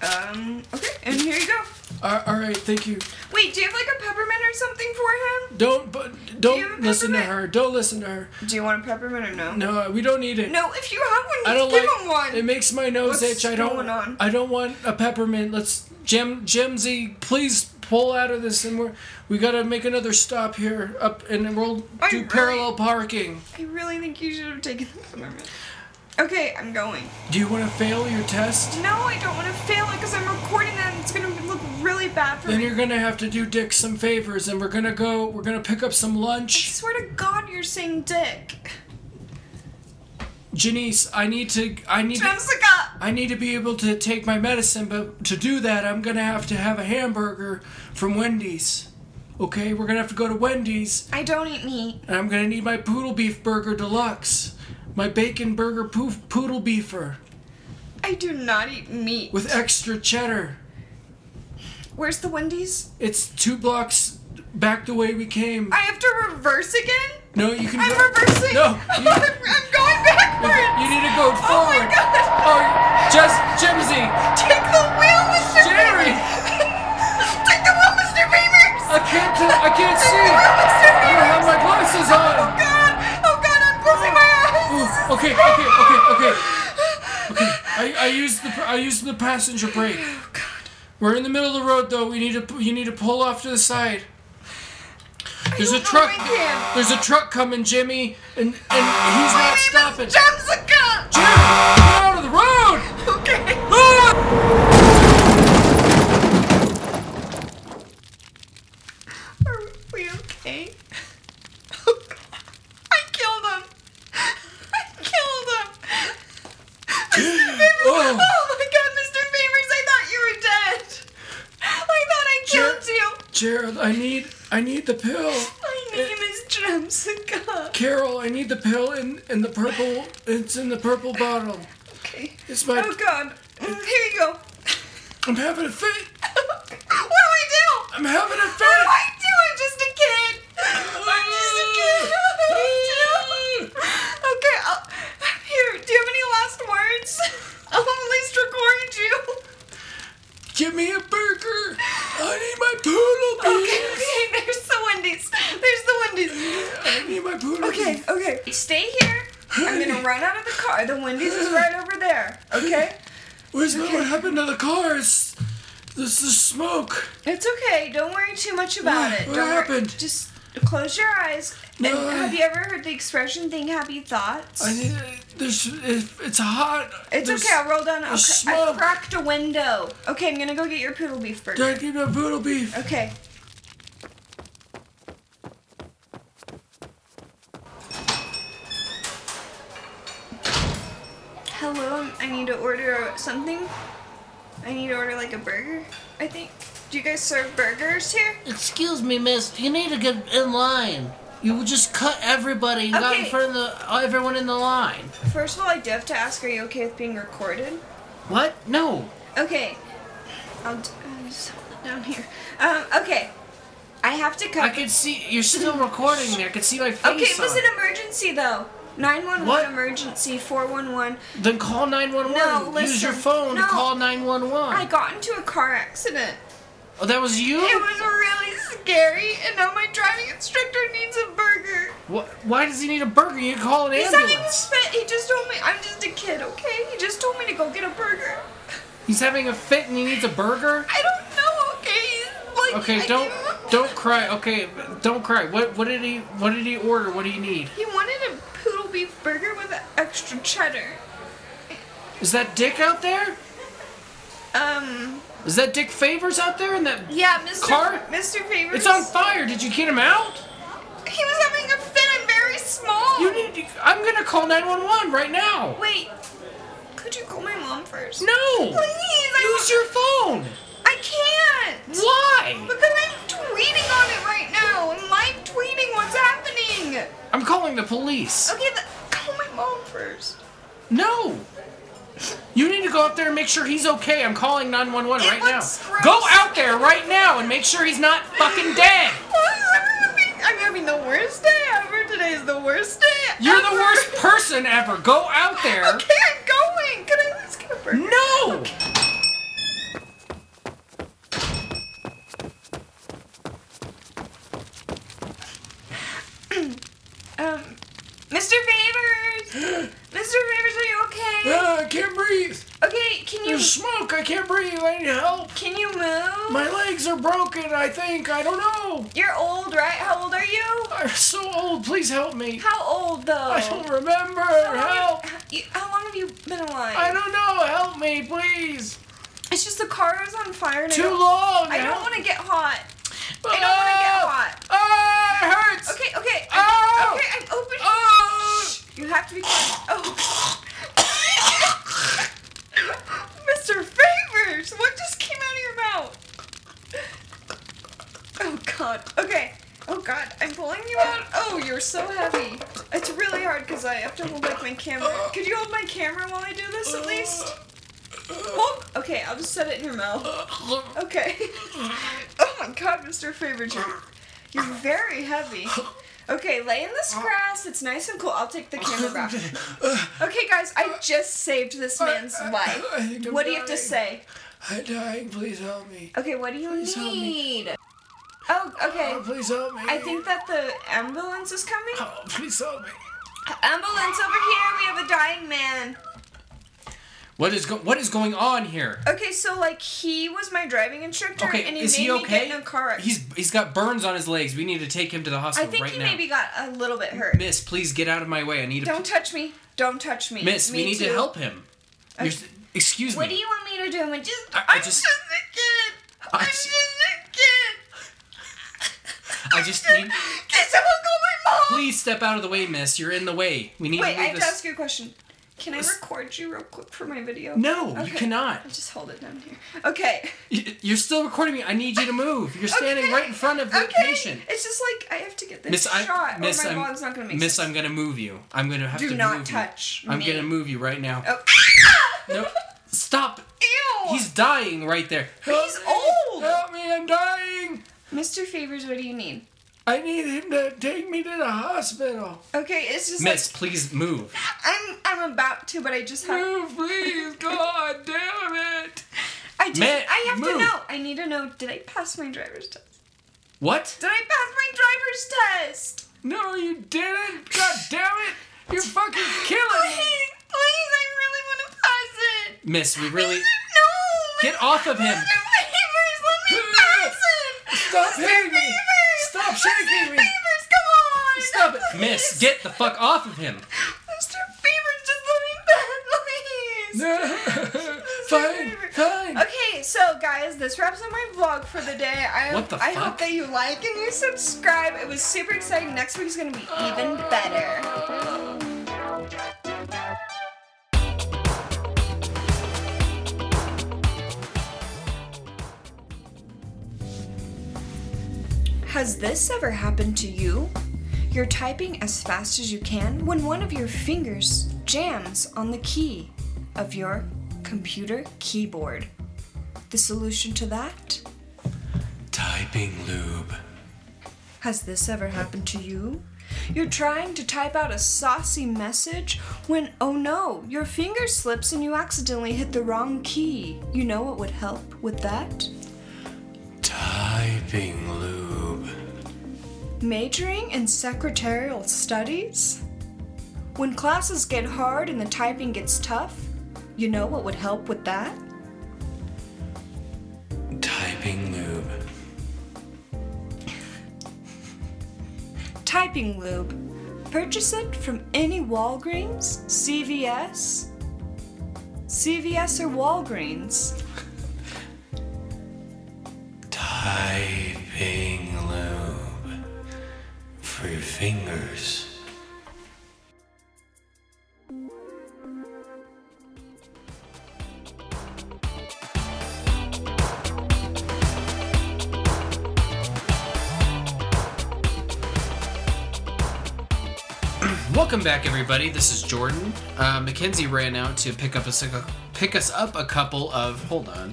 [SPEAKER 2] Um, okay, and here you go.
[SPEAKER 1] Uh, all right, thank you.
[SPEAKER 2] Wait, do you have like a peppermint or something for him?
[SPEAKER 1] Don't but
[SPEAKER 2] you have
[SPEAKER 1] don't
[SPEAKER 2] a
[SPEAKER 1] listen to
[SPEAKER 2] peppermint?
[SPEAKER 1] her. Don't listen to her.
[SPEAKER 2] Do you want a peppermint or no?
[SPEAKER 1] No, we don't need it.
[SPEAKER 2] No, if you have one,
[SPEAKER 1] I don't
[SPEAKER 2] give
[SPEAKER 1] like.
[SPEAKER 2] him one.
[SPEAKER 1] It makes my nose
[SPEAKER 2] What's
[SPEAKER 1] itch. I don't.
[SPEAKER 2] going on?
[SPEAKER 1] I don't want a peppermint. Let's Jim Jimsy, please pull out of this, and we're we gotta make another stop here up, and we'll
[SPEAKER 2] I
[SPEAKER 1] do
[SPEAKER 2] really-
[SPEAKER 1] parallel parking.
[SPEAKER 2] I really think you should have taken the peppermint. Okay, I'm going.
[SPEAKER 1] Do you want to fail your test?
[SPEAKER 2] No, I don't want to fail it because I'm recording that and it's gonna look really bad for
[SPEAKER 1] Then
[SPEAKER 2] me.
[SPEAKER 1] you're gonna have to do Dick some favors, and we're gonna go. We're gonna pick up some
[SPEAKER 2] I
[SPEAKER 1] lunch.
[SPEAKER 2] swear to God, you're saying dick.
[SPEAKER 1] Janice, I need to. I need. To,
[SPEAKER 2] Jessica!
[SPEAKER 1] I need to be able to take my medicine, but to do that, I'm gonna have to have a hamburger from Wendy's. Okay, we're gonna have to go to Wendy's.
[SPEAKER 2] I don't eat meat.
[SPEAKER 1] And I'm gonna need my poodle beef burger deluxe. My bacon burger poof poodle beefer
[SPEAKER 2] I do not eat meat.
[SPEAKER 1] with e- extra cheddar.
[SPEAKER 2] Where's the Wendy's?
[SPEAKER 1] It's two blocks back the way we came.
[SPEAKER 2] I have to reverse again?
[SPEAKER 1] No, you can
[SPEAKER 2] I'm
[SPEAKER 1] go.
[SPEAKER 2] reversing!
[SPEAKER 1] No,
[SPEAKER 2] I'm,
[SPEAKER 1] you-
[SPEAKER 2] I'm going backwards!
[SPEAKER 1] You need to go
[SPEAKER 2] oh my
[SPEAKER 1] forward.
[SPEAKER 2] god!
[SPEAKER 1] Oh, just Jimsy.
[SPEAKER 2] Take the wheel, Mr.
[SPEAKER 1] Jerry.
[SPEAKER 2] Beavers! Take the wheel, Mr. Beavers!
[SPEAKER 1] I can't. T- I can't see. I don't
[SPEAKER 2] Mr.
[SPEAKER 1] have
[SPEAKER 2] Beavers!
[SPEAKER 1] my glasses
[SPEAKER 2] Oh
[SPEAKER 1] on.
[SPEAKER 2] god! Oh god, I'm closing my eyes!
[SPEAKER 1] Ooh, okay, okay, okay, okay. Okay. I, I used the I used the passenger brake.
[SPEAKER 2] Oh god.
[SPEAKER 1] We're in the middle of the road though. We need to you need to pull off to the side. There's
[SPEAKER 2] don't
[SPEAKER 1] a truck.
[SPEAKER 2] know if I can.
[SPEAKER 1] There's a truck coming, Jimmy, and and he's
[SPEAKER 2] My
[SPEAKER 1] not
[SPEAKER 2] name
[SPEAKER 1] stopping.
[SPEAKER 2] is
[SPEAKER 1] Jimmy,
[SPEAKER 2] Jessica!
[SPEAKER 1] get out of the road!
[SPEAKER 2] Okay.
[SPEAKER 1] Ah!
[SPEAKER 2] Are we okay? Oh god. I killed him! I killed him! Mr. Beavers!
[SPEAKER 1] Oh.
[SPEAKER 2] Oh. my god, Mr. Beavers, I thought you were dead! I thought I
[SPEAKER 1] Jer-
[SPEAKER 2] killed you!
[SPEAKER 1] Gerald, I need I need the pill.
[SPEAKER 2] My
[SPEAKER 1] Eh.
[SPEAKER 2] name is Jessica.
[SPEAKER 1] Carol, I need the pill in in the purple. It's in the purple bottle.
[SPEAKER 2] Okay.
[SPEAKER 1] It's my.
[SPEAKER 2] Oh god. Mm, Here you go.
[SPEAKER 1] I'm having a fit.
[SPEAKER 2] what do I do?
[SPEAKER 1] I'm having a
[SPEAKER 2] What
[SPEAKER 1] fit.
[SPEAKER 2] do I do? I'm just a kid. I'm just a kid. What do I do? okay. I'll, here. Do you have any last words? I'll at least record you.
[SPEAKER 1] Give me a burger. I need my poodle
[SPEAKER 2] Okay.
[SPEAKER 1] beef.
[SPEAKER 2] Okay. There's the Wendy's. There's the Wendy's.
[SPEAKER 1] I need my poodle
[SPEAKER 2] Okay,
[SPEAKER 1] beef.
[SPEAKER 2] okay. Stay here. I'm gonna run out of the car. The Wendy's is right over there. Okay?
[SPEAKER 1] Where's my, what happened to the cars? This is smoke.
[SPEAKER 2] It's okay. Don't worry too much about
[SPEAKER 1] What-
[SPEAKER 2] it.
[SPEAKER 1] what
[SPEAKER 2] Don't wor-
[SPEAKER 1] happened?
[SPEAKER 2] just close your eyes. And
[SPEAKER 1] No, I-
[SPEAKER 2] have you ever heard the expression "think happy thoughts"?
[SPEAKER 1] I need. There's. It, it's hot.
[SPEAKER 2] it's
[SPEAKER 1] There's-
[SPEAKER 2] okay. I'll roll down. I'll
[SPEAKER 1] there's
[SPEAKER 2] cr- I
[SPEAKER 1] smoke.
[SPEAKER 2] cracked a window. Okay, I'm gonna go get your poodle beef burger.
[SPEAKER 1] Dad, give me a poodle beef.
[SPEAKER 2] Okay. Hello, I need to order something. I need to order like a burger, I think. Do you guys serve burgers here?
[SPEAKER 3] Excuse me, miss. You need to get in line. You just cut everybody and got in
[SPEAKER 2] Okay.
[SPEAKER 3] front of the,
[SPEAKER 1] uh,
[SPEAKER 3] everyone in the line.
[SPEAKER 2] First of all, I do have to ask, are you okay with being recorded?
[SPEAKER 3] What? No.
[SPEAKER 2] Okay. I'll, d- I'll just hold it down here. Um, okay. I have to
[SPEAKER 3] I
[SPEAKER 2] cut.
[SPEAKER 3] could see. You're still recording me. I could see my face.
[SPEAKER 2] Okay, it was
[SPEAKER 3] on
[SPEAKER 2] an emergency though. 911
[SPEAKER 3] What?
[SPEAKER 2] emergency, 411.
[SPEAKER 3] Then call 911.
[SPEAKER 2] No,
[SPEAKER 3] Use your
[SPEAKER 2] listen.
[SPEAKER 3] phone
[SPEAKER 2] No.
[SPEAKER 3] to call
[SPEAKER 2] I
[SPEAKER 3] 911.
[SPEAKER 2] got into a car accident.
[SPEAKER 3] Oh, that was you?
[SPEAKER 2] It was really scary, and now my driving instructor needs a burger.
[SPEAKER 1] Wh- why does he need a burger? You can call an
[SPEAKER 2] He's having a
[SPEAKER 1] ambulance.
[SPEAKER 2] fit. He just told me. I'm just a kid, okay? He just told me to go get a burger.
[SPEAKER 1] He's having a fit and he needs a burger.
[SPEAKER 2] I don't know, okay? Like,
[SPEAKER 1] Okay,
[SPEAKER 2] I
[SPEAKER 1] don't
[SPEAKER 2] can't-
[SPEAKER 1] don't cry. Okay, don't cry. What what did he what did he order? What do you need?
[SPEAKER 2] He wanted a poodle beef burger with extra cheddar.
[SPEAKER 1] Is that Dick out there?
[SPEAKER 2] Um,
[SPEAKER 1] Is that Dick Favors out there in that?
[SPEAKER 2] yeah, Mr.
[SPEAKER 1] Car?
[SPEAKER 2] Mr. Favors.
[SPEAKER 1] It's on fire. Did you get him out?
[SPEAKER 2] He was having a fit. I'm very small.
[SPEAKER 1] You need. I'm gonna call 911 right now.
[SPEAKER 2] Wait, could you call my mom first?
[SPEAKER 1] No.
[SPEAKER 2] Please, I,
[SPEAKER 1] Use your phone.
[SPEAKER 2] I can't.
[SPEAKER 1] Why?
[SPEAKER 2] Because I'm tweeting on it right now. I'm live tweeting what's happening.
[SPEAKER 1] I'm calling the police.
[SPEAKER 2] Okay, th- call my mom first.
[SPEAKER 1] No. You need to go out there and make sure he's okay. I'm calling 911
[SPEAKER 2] It
[SPEAKER 1] right now.
[SPEAKER 2] looks gross.
[SPEAKER 1] Go out there right now and make sure he's not fucking dead.
[SPEAKER 2] I'm having the worst day ever. Today is the worst day.
[SPEAKER 1] You're the
[SPEAKER 2] ever.
[SPEAKER 1] worst person ever. Go out there.
[SPEAKER 2] Okay, I'm going. Can I please get a burger?
[SPEAKER 1] No.
[SPEAKER 2] Um, Mr. Favors. Mr. Favors, are you okay?
[SPEAKER 1] Uh, I can't breathe.
[SPEAKER 2] Okay, can you
[SPEAKER 1] smoke. I can't breathe. I need help.
[SPEAKER 2] can you move?
[SPEAKER 1] legs are broken. I think. I don't know.
[SPEAKER 2] You're old, right? How old are you?
[SPEAKER 1] I'm so old. Please help me.
[SPEAKER 2] How old though?
[SPEAKER 1] remember.
[SPEAKER 2] How long, have you, how long have you been alive?
[SPEAKER 1] don't know. Help me, please.
[SPEAKER 2] It's just the car is on fire. And I don't-
[SPEAKER 1] long.
[SPEAKER 2] I don't
[SPEAKER 1] Help.
[SPEAKER 2] want to get hot. I don't want to get hot.
[SPEAKER 1] Ah, it hurts.
[SPEAKER 2] Okay, okay.
[SPEAKER 1] Ow!
[SPEAKER 2] I'm, okay, I'm open.
[SPEAKER 1] Oh.
[SPEAKER 2] Shh, you have to be quiet. Oh. Mr. Favors, what just came out of your mouth? Oh God. Okay. Oh God, I'm pulling you out. Oh, you're so heavy. It's really hard because I have to hold like my camera. Could you hold my camera while I do this at least? Hold. Okay, I'll just set it in your mouth. Okay. Oh my god, Mr. Favors, you're, you're very heavy. Okay, lay in this grass. It's nice and cool. I'll take the camera back. Okay, guys, I just saved this man's life. What do you have to say?
[SPEAKER 1] I'm dying. Please help me.
[SPEAKER 2] Okay, what do you
[SPEAKER 1] help me.
[SPEAKER 2] need? Oh, okay.
[SPEAKER 1] please help me.
[SPEAKER 2] I think that the ambulance is coming.
[SPEAKER 1] Oh, please help me.
[SPEAKER 2] Ambulance over here. We have a dying man.
[SPEAKER 1] What is go- what is going on here?
[SPEAKER 2] Okay, so like he was my driving instructor,
[SPEAKER 1] Okay,
[SPEAKER 2] and he
[SPEAKER 1] is
[SPEAKER 2] made
[SPEAKER 1] he
[SPEAKER 2] me
[SPEAKER 1] okay?
[SPEAKER 2] get in a car wreck.
[SPEAKER 1] He's he's got burns on his legs. We need to take him to the
[SPEAKER 2] I
[SPEAKER 1] hospital
[SPEAKER 2] think
[SPEAKER 1] right
[SPEAKER 2] he
[SPEAKER 1] now.
[SPEAKER 2] maybe got a little bit hurt.
[SPEAKER 1] Miss, please get out of my way. I need
[SPEAKER 2] Don't
[SPEAKER 1] to
[SPEAKER 2] touch me. Don't touch me.
[SPEAKER 1] Miss, we
[SPEAKER 2] Me
[SPEAKER 1] need
[SPEAKER 2] too. Uh,
[SPEAKER 1] to help him. You're s- excuse
[SPEAKER 2] What
[SPEAKER 1] me.
[SPEAKER 2] do you want me to do? I'm just,
[SPEAKER 1] I- I
[SPEAKER 2] I'm just,
[SPEAKER 1] just-
[SPEAKER 2] a kid.
[SPEAKER 1] I
[SPEAKER 2] I'm
[SPEAKER 1] just-
[SPEAKER 2] just a kid.
[SPEAKER 1] I just need
[SPEAKER 2] Can someone call my mom?
[SPEAKER 1] Please step out of the way, miss. You're in the way. We need
[SPEAKER 2] Wait,
[SPEAKER 1] to
[SPEAKER 2] I
[SPEAKER 1] leave
[SPEAKER 2] have
[SPEAKER 1] this.
[SPEAKER 2] to ask you a question. Can I record you real quick for my video?
[SPEAKER 1] No, you
[SPEAKER 2] Okay.
[SPEAKER 1] cannot.
[SPEAKER 2] I'll just hold it down here. Okay.
[SPEAKER 1] Y- You're still recording me. I need you to move. You're standing
[SPEAKER 2] Okay.
[SPEAKER 1] right in front of the
[SPEAKER 2] okay.
[SPEAKER 1] patient.
[SPEAKER 2] It's just like I have to get this
[SPEAKER 1] Miss, I,
[SPEAKER 2] shot,
[SPEAKER 1] miss,
[SPEAKER 2] or my
[SPEAKER 1] I'm,
[SPEAKER 2] vlog's not gonna make
[SPEAKER 1] miss,
[SPEAKER 2] sense.
[SPEAKER 1] I'm gonna move you. I'm gonna have
[SPEAKER 2] Do
[SPEAKER 1] to
[SPEAKER 2] not
[SPEAKER 1] move you.
[SPEAKER 2] touch
[SPEAKER 1] I'm
[SPEAKER 2] me.
[SPEAKER 1] gonna move you right now.
[SPEAKER 2] Oh.
[SPEAKER 1] No, stop.
[SPEAKER 2] Ew.
[SPEAKER 1] He's dying right there.
[SPEAKER 2] He's
[SPEAKER 1] Help me.
[SPEAKER 2] old.
[SPEAKER 1] Help me! I'm dying.
[SPEAKER 2] Mr. Favors, what do you need?
[SPEAKER 1] I need him to take me to the hospital.
[SPEAKER 2] Okay, it's just
[SPEAKER 1] Miss, please move.
[SPEAKER 2] like I'm I'm about to, but I just have
[SPEAKER 1] Move, please. God damn it.
[SPEAKER 2] I just,
[SPEAKER 1] Man,
[SPEAKER 2] I have to
[SPEAKER 1] move.
[SPEAKER 2] know. I need to know. Did I pass my driver's test?
[SPEAKER 1] What?
[SPEAKER 2] Did I pass my driver's test?
[SPEAKER 1] No, you didn't. God damn it. You're fucking killing
[SPEAKER 2] Please,
[SPEAKER 1] me.
[SPEAKER 2] please, I really want to pass it.
[SPEAKER 1] Miss, we
[SPEAKER 2] Please,
[SPEAKER 1] really.
[SPEAKER 2] no.
[SPEAKER 1] Get off of him.
[SPEAKER 2] Mr. Favors, let me pass it.
[SPEAKER 1] Stop
[SPEAKER 2] Mr.
[SPEAKER 1] hitting me.
[SPEAKER 2] Favors.
[SPEAKER 1] Stop shaking me.
[SPEAKER 2] Mr. Favors, come on.
[SPEAKER 1] Stop it. Miss, get the fuck off of him.
[SPEAKER 2] Mr. Favors, just let me pass, please. Okay, so guys, this wraps up my vlog for the day. I
[SPEAKER 1] What the
[SPEAKER 2] I
[SPEAKER 1] fuck?
[SPEAKER 2] hope that you like and you subscribe. It was super exciting. Next week's gonna be even better. Has this ever happened to you? You're typing as fast as you can when one of your fingers jams on the key of your computer keyboard. The solution to that?
[SPEAKER 4] Typing lube.
[SPEAKER 2] Has this ever happened to you? You're trying to type out a saucy message when, oh no, your finger slips and you accidentally hit the wrong key. You know what would help with that?
[SPEAKER 4] Typing lube.
[SPEAKER 2] Majoring in secretarial studies? When classes get hard and the typing gets tough, you know what would help with that?
[SPEAKER 1] Typing lube.
[SPEAKER 2] Typing lube. Purchase it from any Walgreens, CVS, CVS or Walgreens.
[SPEAKER 1] Typing lube. For your fingers. Welcome back, everybody. This is Jordan. Uh, Mackenzie ran out to pick up a sick- pick us up a couple of. Hold on.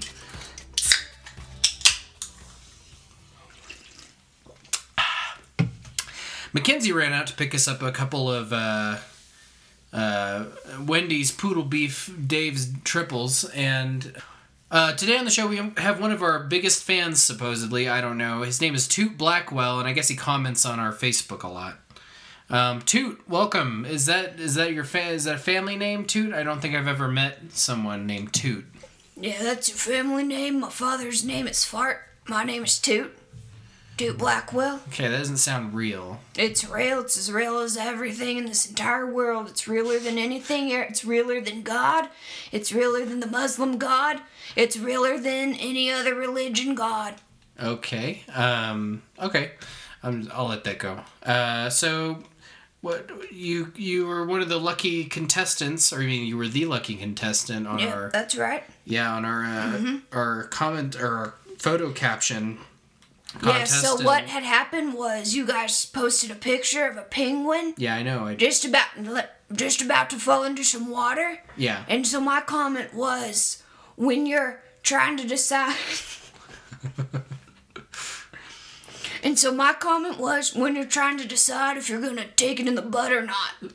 [SPEAKER 1] Mackenzie ran out to pick us up a couple of uh, uh, Wendy's poodle beef Dave's triples, and uh, today on the show we have one of our biggest fans. Supposedly, I don't know. His name is Toot Blackwell, and I guess he comments on our Facebook a lot. Um, Toot, welcome. Is that is that your fa- is that a family name, Toot? I don't think I've ever met someone named Toot.
[SPEAKER 2] Yeah, that's your family name. My father's name is Fart. My name is Toot. Toot Blackwell.
[SPEAKER 1] Okay, that doesn't sound real.
[SPEAKER 2] It's real. It's as real as everything in this entire world. It's realer than anything. It's realer than God. It's realer than the Muslim God. It's realer than any other religion God.
[SPEAKER 1] Okay. Um, okay. Um, I'll let that go. Uh, so, what you you were one of the lucky contestants, or I mean, you were the lucky contestant on
[SPEAKER 2] Yeah, Mm-hmm.
[SPEAKER 1] our
[SPEAKER 2] that's right.
[SPEAKER 1] yeah on our uh, our comment or our photo caption
[SPEAKER 2] Yeah,
[SPEAKER 1] contest.
[SPEAKER 2] so
[SPEAKER 1] and-
[SPEAKER 2] what had happened was you guys posted a picture of a penguin
[SPEAKER 1] Yeah, I know. I
[SPEAKER 2] just about just about to fall into some water.
[SPEAKER 1] yeah.
[SPEAKER 2] And so my comment was when you're trying to decide. and so my comment was when you're trying to decide if you're going to take it in the butt or not.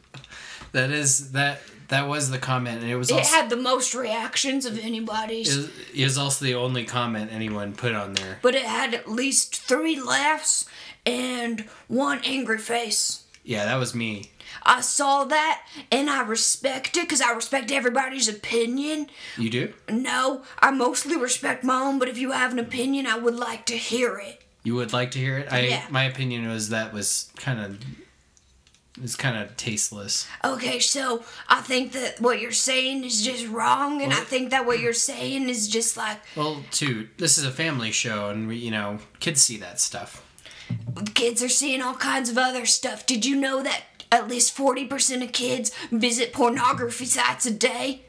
[SPEAKER 1] That is that that was the comment, and it was
[SPEAKER 2] It
[SPEAKER 1] also
[SPEAKER 2] had the most reactions of anybody's,
[SPEAKER 1] is, is also the only comment anyone put on there.
[SPEAKER 2] but it had at least three laughs and one angry face.
[SPEAKER 1] Yeah, that was me.
[SPEAKER 2] I saw that and I respect it because I respect everybody's opinion.
[SPEAKER 1] You do?
[SPEAKER 2] No, I mostly respect my own, but if you have an opinion, I would like to hear it.
[SPEAKER 1] You would like to hear it? I
[SPEAKER 2] Yeah.
[SPEAKER 1] my opinion was that was kind of is kind of tasteless.
[SPEAKER 2] Okay, so I think that what you're saying is just wrong, and I
[SPEAKER 1] Well-
[SPEAKER 2] think that what you're saying is just like
[SPEAKER 1] Well, too, this is a family show, and we, you know, kids see that stuff.
[SPEAKER 2] kids are seeing all kinds of other stuff. Did you know that at least 40% of kids visit pornography sites a day?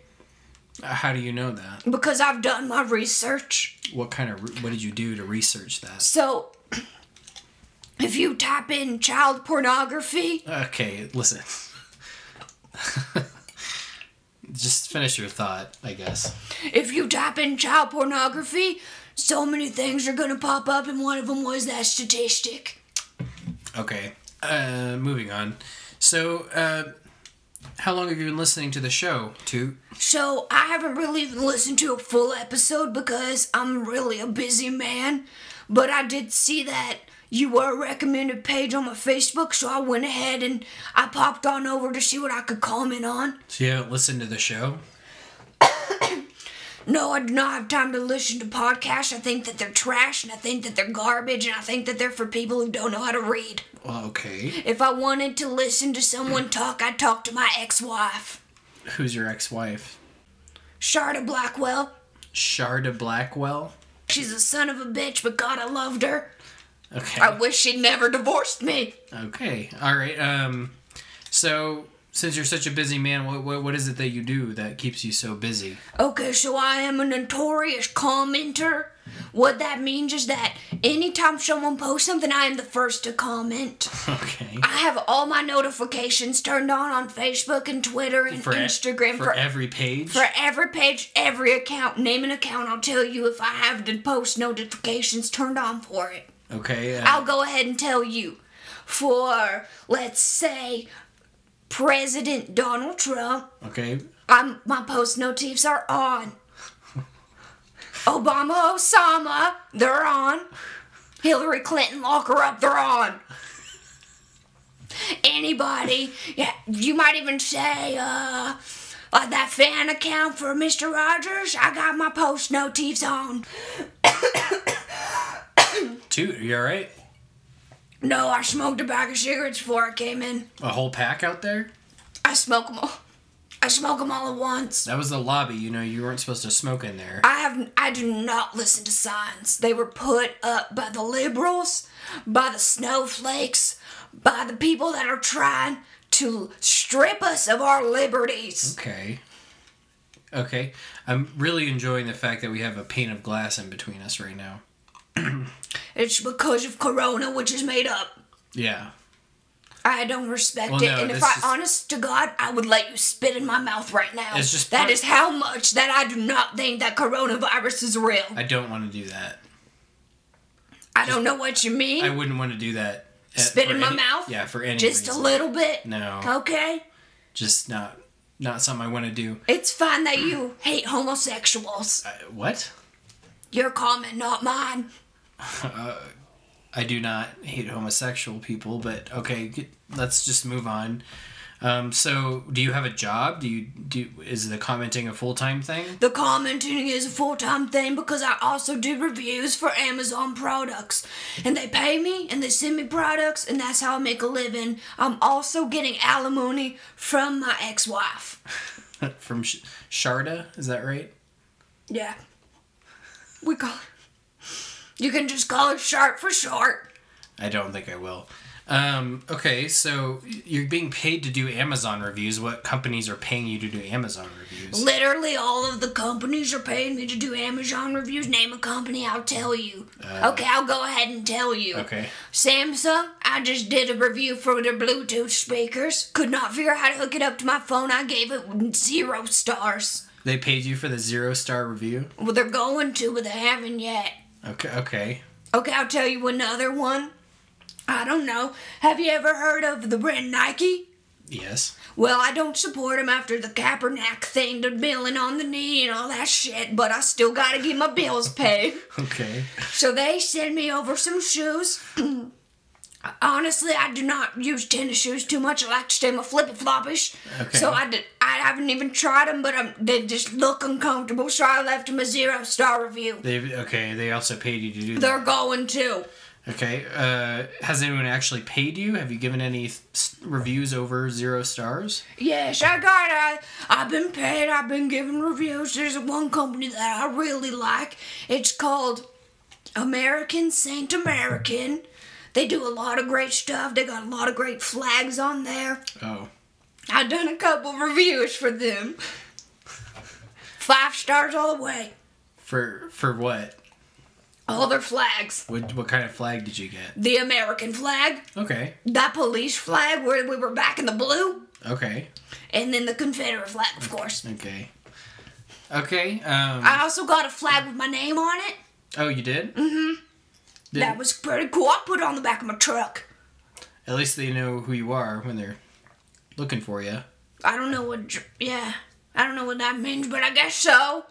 [SPEAKER 1] Uh, How do you know that?
[SPEAKER 2] Because I've done my research.
[SPEAKER 1] What kind of re- what did you do to research that?
[SPEAKER 2] So, if you type in child pornography,
[SPEAKER 1] Okay, listen. Just finish your thought, I guess.
[SPEAKER 2] if you type in child pornography, so many things are gonna pop up, and one of them was that statistic.
[SPEAKER 1] Okay. Uh, moving on. So, uh, how long have you been listening to the show? Toot.
[SPEAKER 2] So I haven't really listened to a full episode because I'm really a busy man. But I did see that you were a recommended page on my Facebook, so I went ahead and I popped on over to see what I could comment on.
[SPEAKER 1] So you haven't listened to the show?
[SPEAKER 2] No, I do not have time to listen to podcasts. I think that they're trash and I think that they're garbage and I think that they're for people who don't know how to read.
[SPEAKER 1] Well, okay.
[SPEAKER 2] If I wanted to listen to someone talk, I'd talk to my ex wife,
[SPEAKER 1] Who's your ex-wife?
[SPEAKER 2] Sharda Blackwell.
[SPEAKER 1] Sharda Blackwell.
[SPEAKER 2] She's a son of a bitch, but God, I loved her.
[SPEAKER 1] Okay.
[SPEAKER 2] I wish she'd never divorced me.
[SPEAKER 1] Okay. All right. Um, so since you're such a busy man, what, what what is it that you do that keeps you so busy?
[SPEAKER 2] Okay, so I am a notorious commenter. What that means is that anytime someone posts something, I am the first to comment.
[SPEAKER 1] Okay.
[SPEAKER 2] I have all my notifications turned on on Facebook and Twitter and
[SPEAKER 1] For e-
[SPEAKER 2] Instagram
[SPEAKER 1] for,
[SPEAKER 2] for,
[SPEAKER 1] every page.
[SPEAKER 2] for e- every page, every account. Name an account, I'll tell you if I have the post notifications turned on for it.
[SPEAKER 1] okay. Uh,
[SPEAKER 2] I'll go ahead and tell you. For, let's say, President Donald Trump,
[SPEAKER 1] okay.
[SPEAKER 2] I'm, my post notifs are on. Obama, Osama, they're on. Hillary Clinton, lock her up, they're on. anybody. Yeah, you might even say, uh, like that fan account for Mr. Rogers. I got my post notifs on.
[SPEAKER 1] Dude, you all right?
[SPEAKER 2] No, I smoked a bag of cigarettes before I came in.
[SPEAKER 1] A whole pack out there?
[SPEAKER 2] I smoke them all. I smoke them all at once.
[SPEAKER 1] That was the lobby. You know, you weren't supposed to smoke in there.
[SPEAKER 2] I have I do not listen to signs. They were put up by the liberals, by the snowflakes, by the people that are trying to strip us of our liberties.
[SPEAKER 1] Okay. Okay. I'm really enjoying the fact that we have a pane of glass in between us right now.
[SPEAKER 2] It's because of corona which is made up.
[SPEAKER 1] Yeah.
[SPEAKER 2] I don't respect
[SPEAKER 1] Well,
[SPEAKER 2] it.
[SPEAKER 1] no,
[SPEAKER 2] and if
[SPEAKER 1] this
[SPEAKER 2] I
[SPEAKER 1] is-
[SPEAKER 2] honest to God, I would let you spit in my mouth right now.
[SPEAKER 1] It's just
[SPEAKER 2] That
[SPEAKER 1] part-
[SPEAKER 2] is how much that I do not think that coronavirus is real. I,
[SPEAKER 1] I don't want to do that.
[SPEAKER 2] don't know what you mean.
[SPEAKER 1] I wouldn't want to do that. at-
[SPEAKER 2] Spit
[SPEAKER 1] for
[SPEAKER 2] in my
[SPEAKER 1] any-
[SPEAKER 2] mouth?
[SPEAKER 1] Yeah, for any
[SPEAKER 2] Just a
[SPEAKER 1] reason.
[SPEAKER 2] little bit.
[SPEAKER 1] No.
[SPEAKER 2] Okay?
[SPEAKER 1] Just not not something I want to do.
[SPEAKER 2] It's fine that you hate homosexuals.
[SPEAKER 1] I, what?
[SPEAKER 2] Your comment, not mine.
[SPEAKER 1] I do not hate homosexual people, but okay, get, let's just move on. Um, so, do you have a job? Do you do? Is the commenting a full time thing?
[SPEAKER 2] The commenting is a full time thing because I also do reviews for Amazon products. And they pay me and they send me products, and that's how I make a living. I'm also getting alimony from my ex wife.
[SPEAKER 1] From Sh- Sharda, is that right?
[SPEAKER 2] Yeah. We call You can just call it short for short.
[SPEAKER 1] I don't think I will. Um, okay, so you're being paid to do Amazon reviews. What companies are paying you to do Amazon reviews?
[SPEAKER 2] Literally, all of the companies are paying me to do Amazon reviews. Name a company, I'll tell you. okay, I'll go ahead and tell you.
[SPEAKER 1] Okay.
[SPEAKER 2] Samsung, I just did a review for their Bluetooth speakers. Could not figure out how to hook it up to my phone. I gave it zero stars.
[SPEAKER 1] They paid you for the zero star review?
[SPEAKER 2] Well, they're going to, but they haven't yet.
[SPEAKER 1] Okay, okay.
[SPEAKER 2] Okay, I'll tell you another one. I don't know. Have you ever heard of the brand Nike?
[SPEAKER 1] Yes.
[SPEAKER 2] Well, I don't support him after the Kaepernick thing, the milling on the knee and all that shit, but I still gotta get my bills paid.
[SPEAKER 1] Okay.
[SPEAKER 2] So they send me over some shoes. Honestly, I do not use tennis shoes too much. I like to stay my flippy floppish.
[SPEAKER 1] Okay.
[SPEAKER 2] So I, did, I haven't even tried them, but i they just look uncomfortable, so I left them a zero star review.
[SPEAKER 1] They okay. They also paid you to do
[SPEAKER 2] They're
[SPEAKER 1] that.
[SPEAKER 2] going to.
[SPEAKER 1] Okay. Uh, has anyone actually paid you? Have you given any th- s- reviews over zero stars?
[SPEAKER 2] Yes, I got I, I've been paid, I've been giving reviews. There's one company that I really like. It's called American Saint American. They do a lot of great stuff. They got a lot of great flags on there.
[SPEAKER 1] Oh,
[SPEAKER 2] I've done a couple reviews for them. Five stars all the way.
[SPEAKER 1] for for what?
[SPEAKER 2] All their flags.
[SPEAKER 1] What what kind of flag did you get?
[SPEAKER 2] The American flag,
[SPEAKER 1] Okay.
[SPEAKER 2] that police flag where we were back in the blue,
[SPEAKER 1] Okay.
[SPEAKER 2] and then the Confederate flag, of course.
[SPEAKER 1] Okay. Okay. Um.
[SPEAKER 2] I also got a flag with my name on it.
[SPEAKER 1] oh, you did. Mm-hmm. Did,
[SPEAKER 2] That was pretty cool. I put it on the back of my truck.
[SPEAKER 1] At least they know who you are when they're looking for you.
[SPEAKER 2] I don't know what, dr- yeah, I don't know what that means, but I guess so.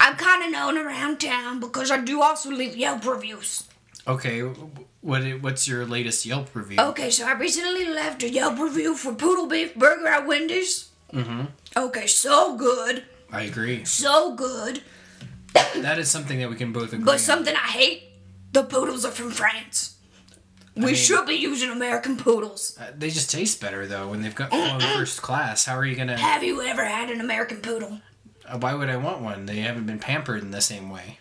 [SPEAKER 2] I'm kind of known around town because I do also leave Yelp reviews.
[SPEAKER 1] okay. wh- What i- what's your latest Yelp review?
[SPEAKER 2] Okay, so I recently left a Yelp review for Poodle Beef Burger at Wendy's. Mm-hmm. Okay, so good,
[SPEAKER 1] I agree.
[SPEAKER 2] so good,
[SPEAKER 1] That is something that we can both agree.
[SPEAKER 2] but
[SPEAKER 1] on.
[SPEAKER 2] something I hate: the poodles are from France. We
[SPEAKER 1] mean-
[SPEAKER 2] should be using American poodles.
[SPEAKER 1] Uh, They just taste better though when they've got flown first class. How are you gonna?
[SPEAKER 2] Have you ever had an American poodle?
[SPEAKER 1] Uh, Why would I want one? They haven't been pampered in the same way.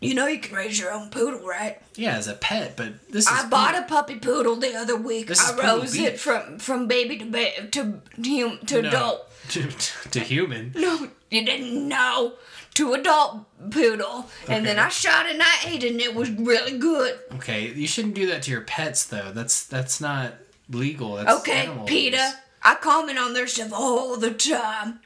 [SPEAKER 2] You know you can raise your own poodle, right?
[SPEAKER 1] Yeah, as a pet, but this is.
[SPEAKER 2] I bought a puppy poodle the other week.
[SPEAKER 1] This is
[SPEAKER 2] I
[SPEAKER 1] poodle
[SPEAKER 2] rose
[SPEAKER 1] beef.
[SPEAKER 2] it from from baby to ba- to hum- to
[SPEAKER 1] No.
[SPEAKER 2] adult.
[SPEAKER 1] to, to, to human.
[SPEAKER 2] No, you didn't know. To adult poodle, and then
[SPEAKER 1] Okay.
[SPEAKER 2] I shot it and I ate it, and it was really good.
[SPEAKER 1] Okay, you shouldn't do that to your pets though. That's that's not legal. That's
[SPEAKER 2] Okay,
[SPEAKER 1] animal
[SPEAKER 2] PETA.
[SPEAKER 1] abuse.
[SPEAKER 2] I comment on their stuff all the time.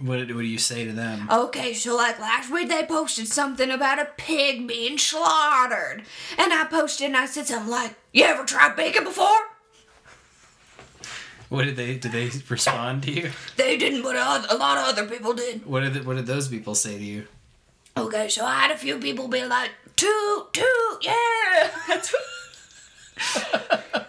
[SPEAKER 1] What what do you say to them?
[SPEAKER 2] Okay, so like last week they posted something about a pig being slaughtered. And I posted and I said something like, You ever tried bacon before?
[SPEAKER 1] What did they did they respond to you?
[SPEAKER 2] They didn't, but oth- a lot of other people did.
[SPEAKER 1] What did what did those people say to you?
[SPEAKER 2] Okay, so I had a few people be like, toot, toot, yeah. That's- Since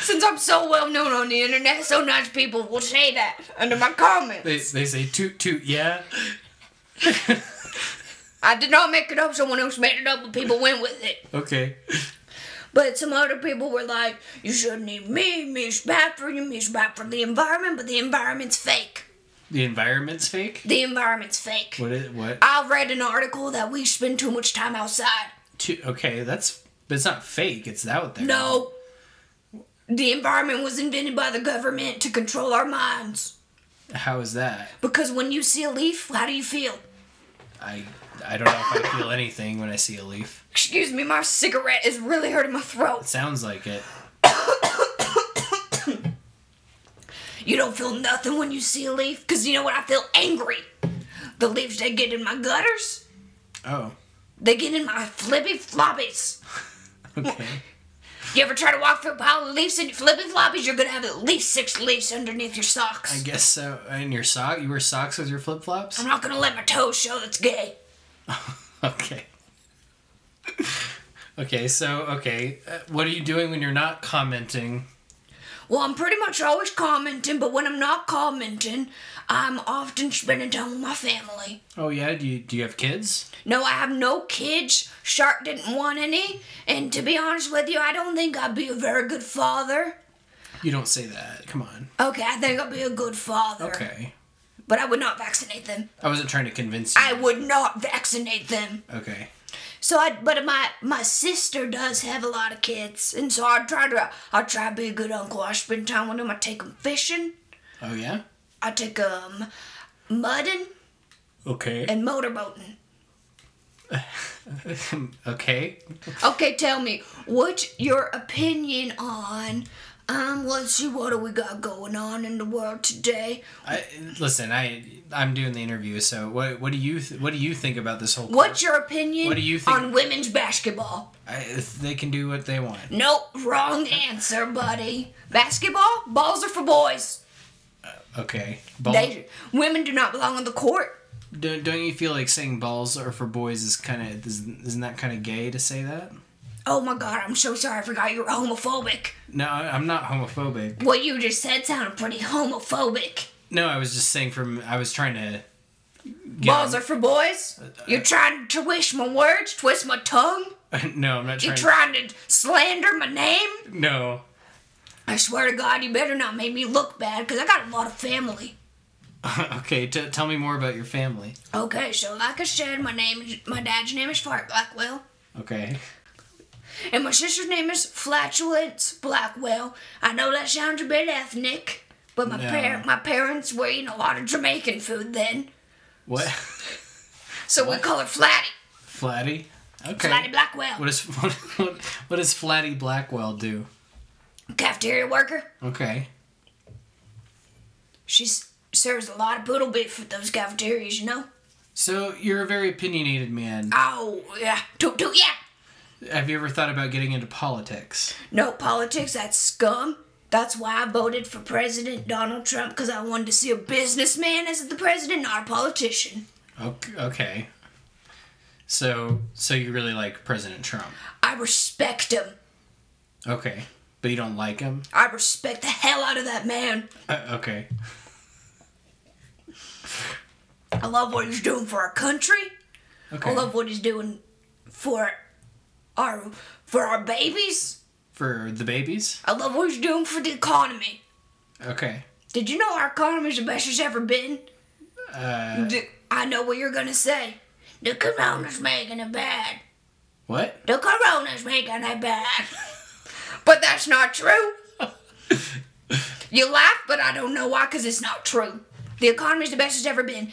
[SPEAKER 2] Since I'm so well known on the internet, so nice people will say that under my comments.
[SPEAKER 1] They, they say toot toot yeah.
[SPEAKER 2] I did not make it up. Someone else made it up, but people went with it.
[SPEAKER 1] Okay.
[SPEAKER 2] But some other people were like, "You shouldn't eat meat. Meat's bad for you. Meat's bad for the environment. But the environment's fake.
[SPEAKER 1] The environment's fake.
[SPEAKER 2] The environment's fake."
[SPEAKER 1] What is what?
[SPEAKER 2] I read an article that we spend too much time outside.
[SPEAKER 1] Toot, okay, that's but it's not fake. It's out there.
[SPEAKER 2] No. The environment was invented by the government to control our minds.
[SPEAKER 1] How is that?
[SPEAKER 2] Because when you see a leaf, how do you feel?
[SPEAKER 1] I I don't know if I feel anything when I see a leaf.
[SPEAKER 2] Excuse me, my cigarette is really hurting my throat.
[SPEAKER 1] Sounds like it.
[SPEAKER 2] You don't feel nothing when you see a leaf, because you know what? I feel angry. The leaves, they get in my gutters,
[SPEAKER 1] Oh.
[SPEAKER 2] they get in my flippy floppies.
[SPEAKER 1] Okay.
[SPEAKER 2] You ever try to walk through a pile of leaves and you flippy floppies, you're gonna have at least six leaves underneath your
[SPEAKER 1] I
[SPEAKER 2] socks.
[SPEAKER 1] guess so. And your sock? You wear socks with your flip flops?
[SPEAKER 2] I'm not gonna let my toes show that's gay.
[SPEAKER 1] Okay. Okay, so okay, uh, what are you doing when you're not commenting?
[SPEAKER 2] Well, I'm pretty much always commenting, but when I'm not commenting, I'm often spending time with my family.
[SPEAKER 1] Oh yeah, do you do you have kids?
[SPEAKER 2] No, I have no kids. Shark didn't want any. And to be honest with you, I don't think I'd be a very good father.
[SPEAKER 1] You don't say that. Come on.
[SPEAKER 2] Okay, I think I'd be a good father.
[SPEAKER 1] Okay.
[SPEAKER 2] But I would not vaccinate them.
[SPEAKER 1] I wasn't trying to convince you.
[SPEAKER 2] I would not vaccinate them.
[SPEAKER 1] okay.
[SPEAKER 2] So I, but my my sister does have a lot of kids, and so I try to I try to be a good uncle. I spend time with them. I take them fishing.
[SPEAKER 1] Oh yeah.
[SPEAKER 2] I take them mudding
[SPEAKER 1] Okay.
[SPEAKER 2] and motorboating. Uh,
[SPEAKER 1] okay.
[SPEAKER 2] Okay, tell me, what's your opinion on? Um, let's see, what do we got going on in the world today?
[SPEAKER 1] I, listen, I I'm doing the interview, so what what do you th- what do you think about this whole?
[SPEAKER 2] What's your opinion
[SPEAKER 1] What do you think-
[SPEAKER 2] on women's basketball?
[SPEAKER 1] I, they can do what they want.
[SPEAKER 2] Nope, wrong answer, buddy. Basketball balls are for boys.
[SPEAKER 1] Okay. Ball,
[SPEAKER 2] They women do not belong on the court.
[SPEAKER 1] don't, don't you feel like saying balls are for boys is kind of isn't isn't that kind of gay to say that?
[SPEAKER 2] Oh my god, I'm so sorry. I forgot you're homophobic.
[SPEAKER 1] No, I, I'm not homophobic.
[SPEAKER 2] What you just said sounded pretty homophobic.
[SPEAKER 1] No, I was just saying from I was trying to. get
[SPEAKER 2] Balls are for boys.
[SPEAKER 1] Uh,
[SPEAKER 2] You're trying to twist my words, twist my tongue.
[SPEAKER 1] no, I'm not
[SPEAKER 2] You're
[SPEAKER 1] trying.
[SPEAKER 2] trying to slander my name.
[SPEAKER 1] no.
[SPEAKER 2] I swear to God, you better not make me look bad, because I got a lot of family.
[SPEAKER 1] okay, t- tell me more about your family.
[SPEAKER 2] Okay, so like I said, my name, is, my dad's name is Fart Blackwell,
[SPEAKER 1] Okay.
[SPEAKER 2] and my sister's name is Flatulence Blackwell. I know that sounds a bit ethnic, but my
[SPEAKER 1] No.
[SPEAKER 2] par- my parents were eating a lot of Jamaican food then,
[SPEAKER 1] What?
[SPEAKER 2] so we call her Flatty,
[SPEAKER 1] Flatty. Okay.
[SPEAKER 2] Flatty Blackwell,
[SPEAKER 1] What is what, what does Flatty Blackwell do?
[SPEAKER 2] cafeteria worker.
[SPEAKER 1] Okay.
[SPEAKER 2] She s- serves a lot of poodle beef at those cafeterias, you know?
[SPEAKER 1] So you're a very opinionated man.
[SPEAKER 2] Oh, yeah. Toot toot, yeah.
[SPEAKER 1] Have you ever thought about getting into politics?
[SPEAKER 2] No politics, that's scum. That's why I voted for President Donald Trump, because I wanted to see a businessman as the president, not a politician.
[SPEAKER 1] Ok- Okay. So so you really like President Trump?
[SPEAKER 2] I respect him.
[SPEAKER 1] Okay. But you don't like him?
[SPEAKER 2] I respect the hell out of that man.
[SPEAKER 1] Uh, okay.
[SPEAKER 2] I love what he's doing for our country.
[SPEAKER 1] Okay.
[SPEAKER 2] I love what he's doing for our for our babies.
[SPEAKER 1] For the babies?
[SPEAKER 2] I love what he's doing for the economy.
[SPEAKER 1] Okay.
[SPEAKER 2] Did you know our economy's the best it's ever been?
[SPEAKER 1] Uh,
[SPEAKER 2] D- I know what you're gonna say. The corona's making it bad.
[SPEAKER 1] what?
[SPEAKER 2] The corona's making it bad. but that's not true. you laugh, but I don't know why, because it's not true. The economy's the best it's ever been.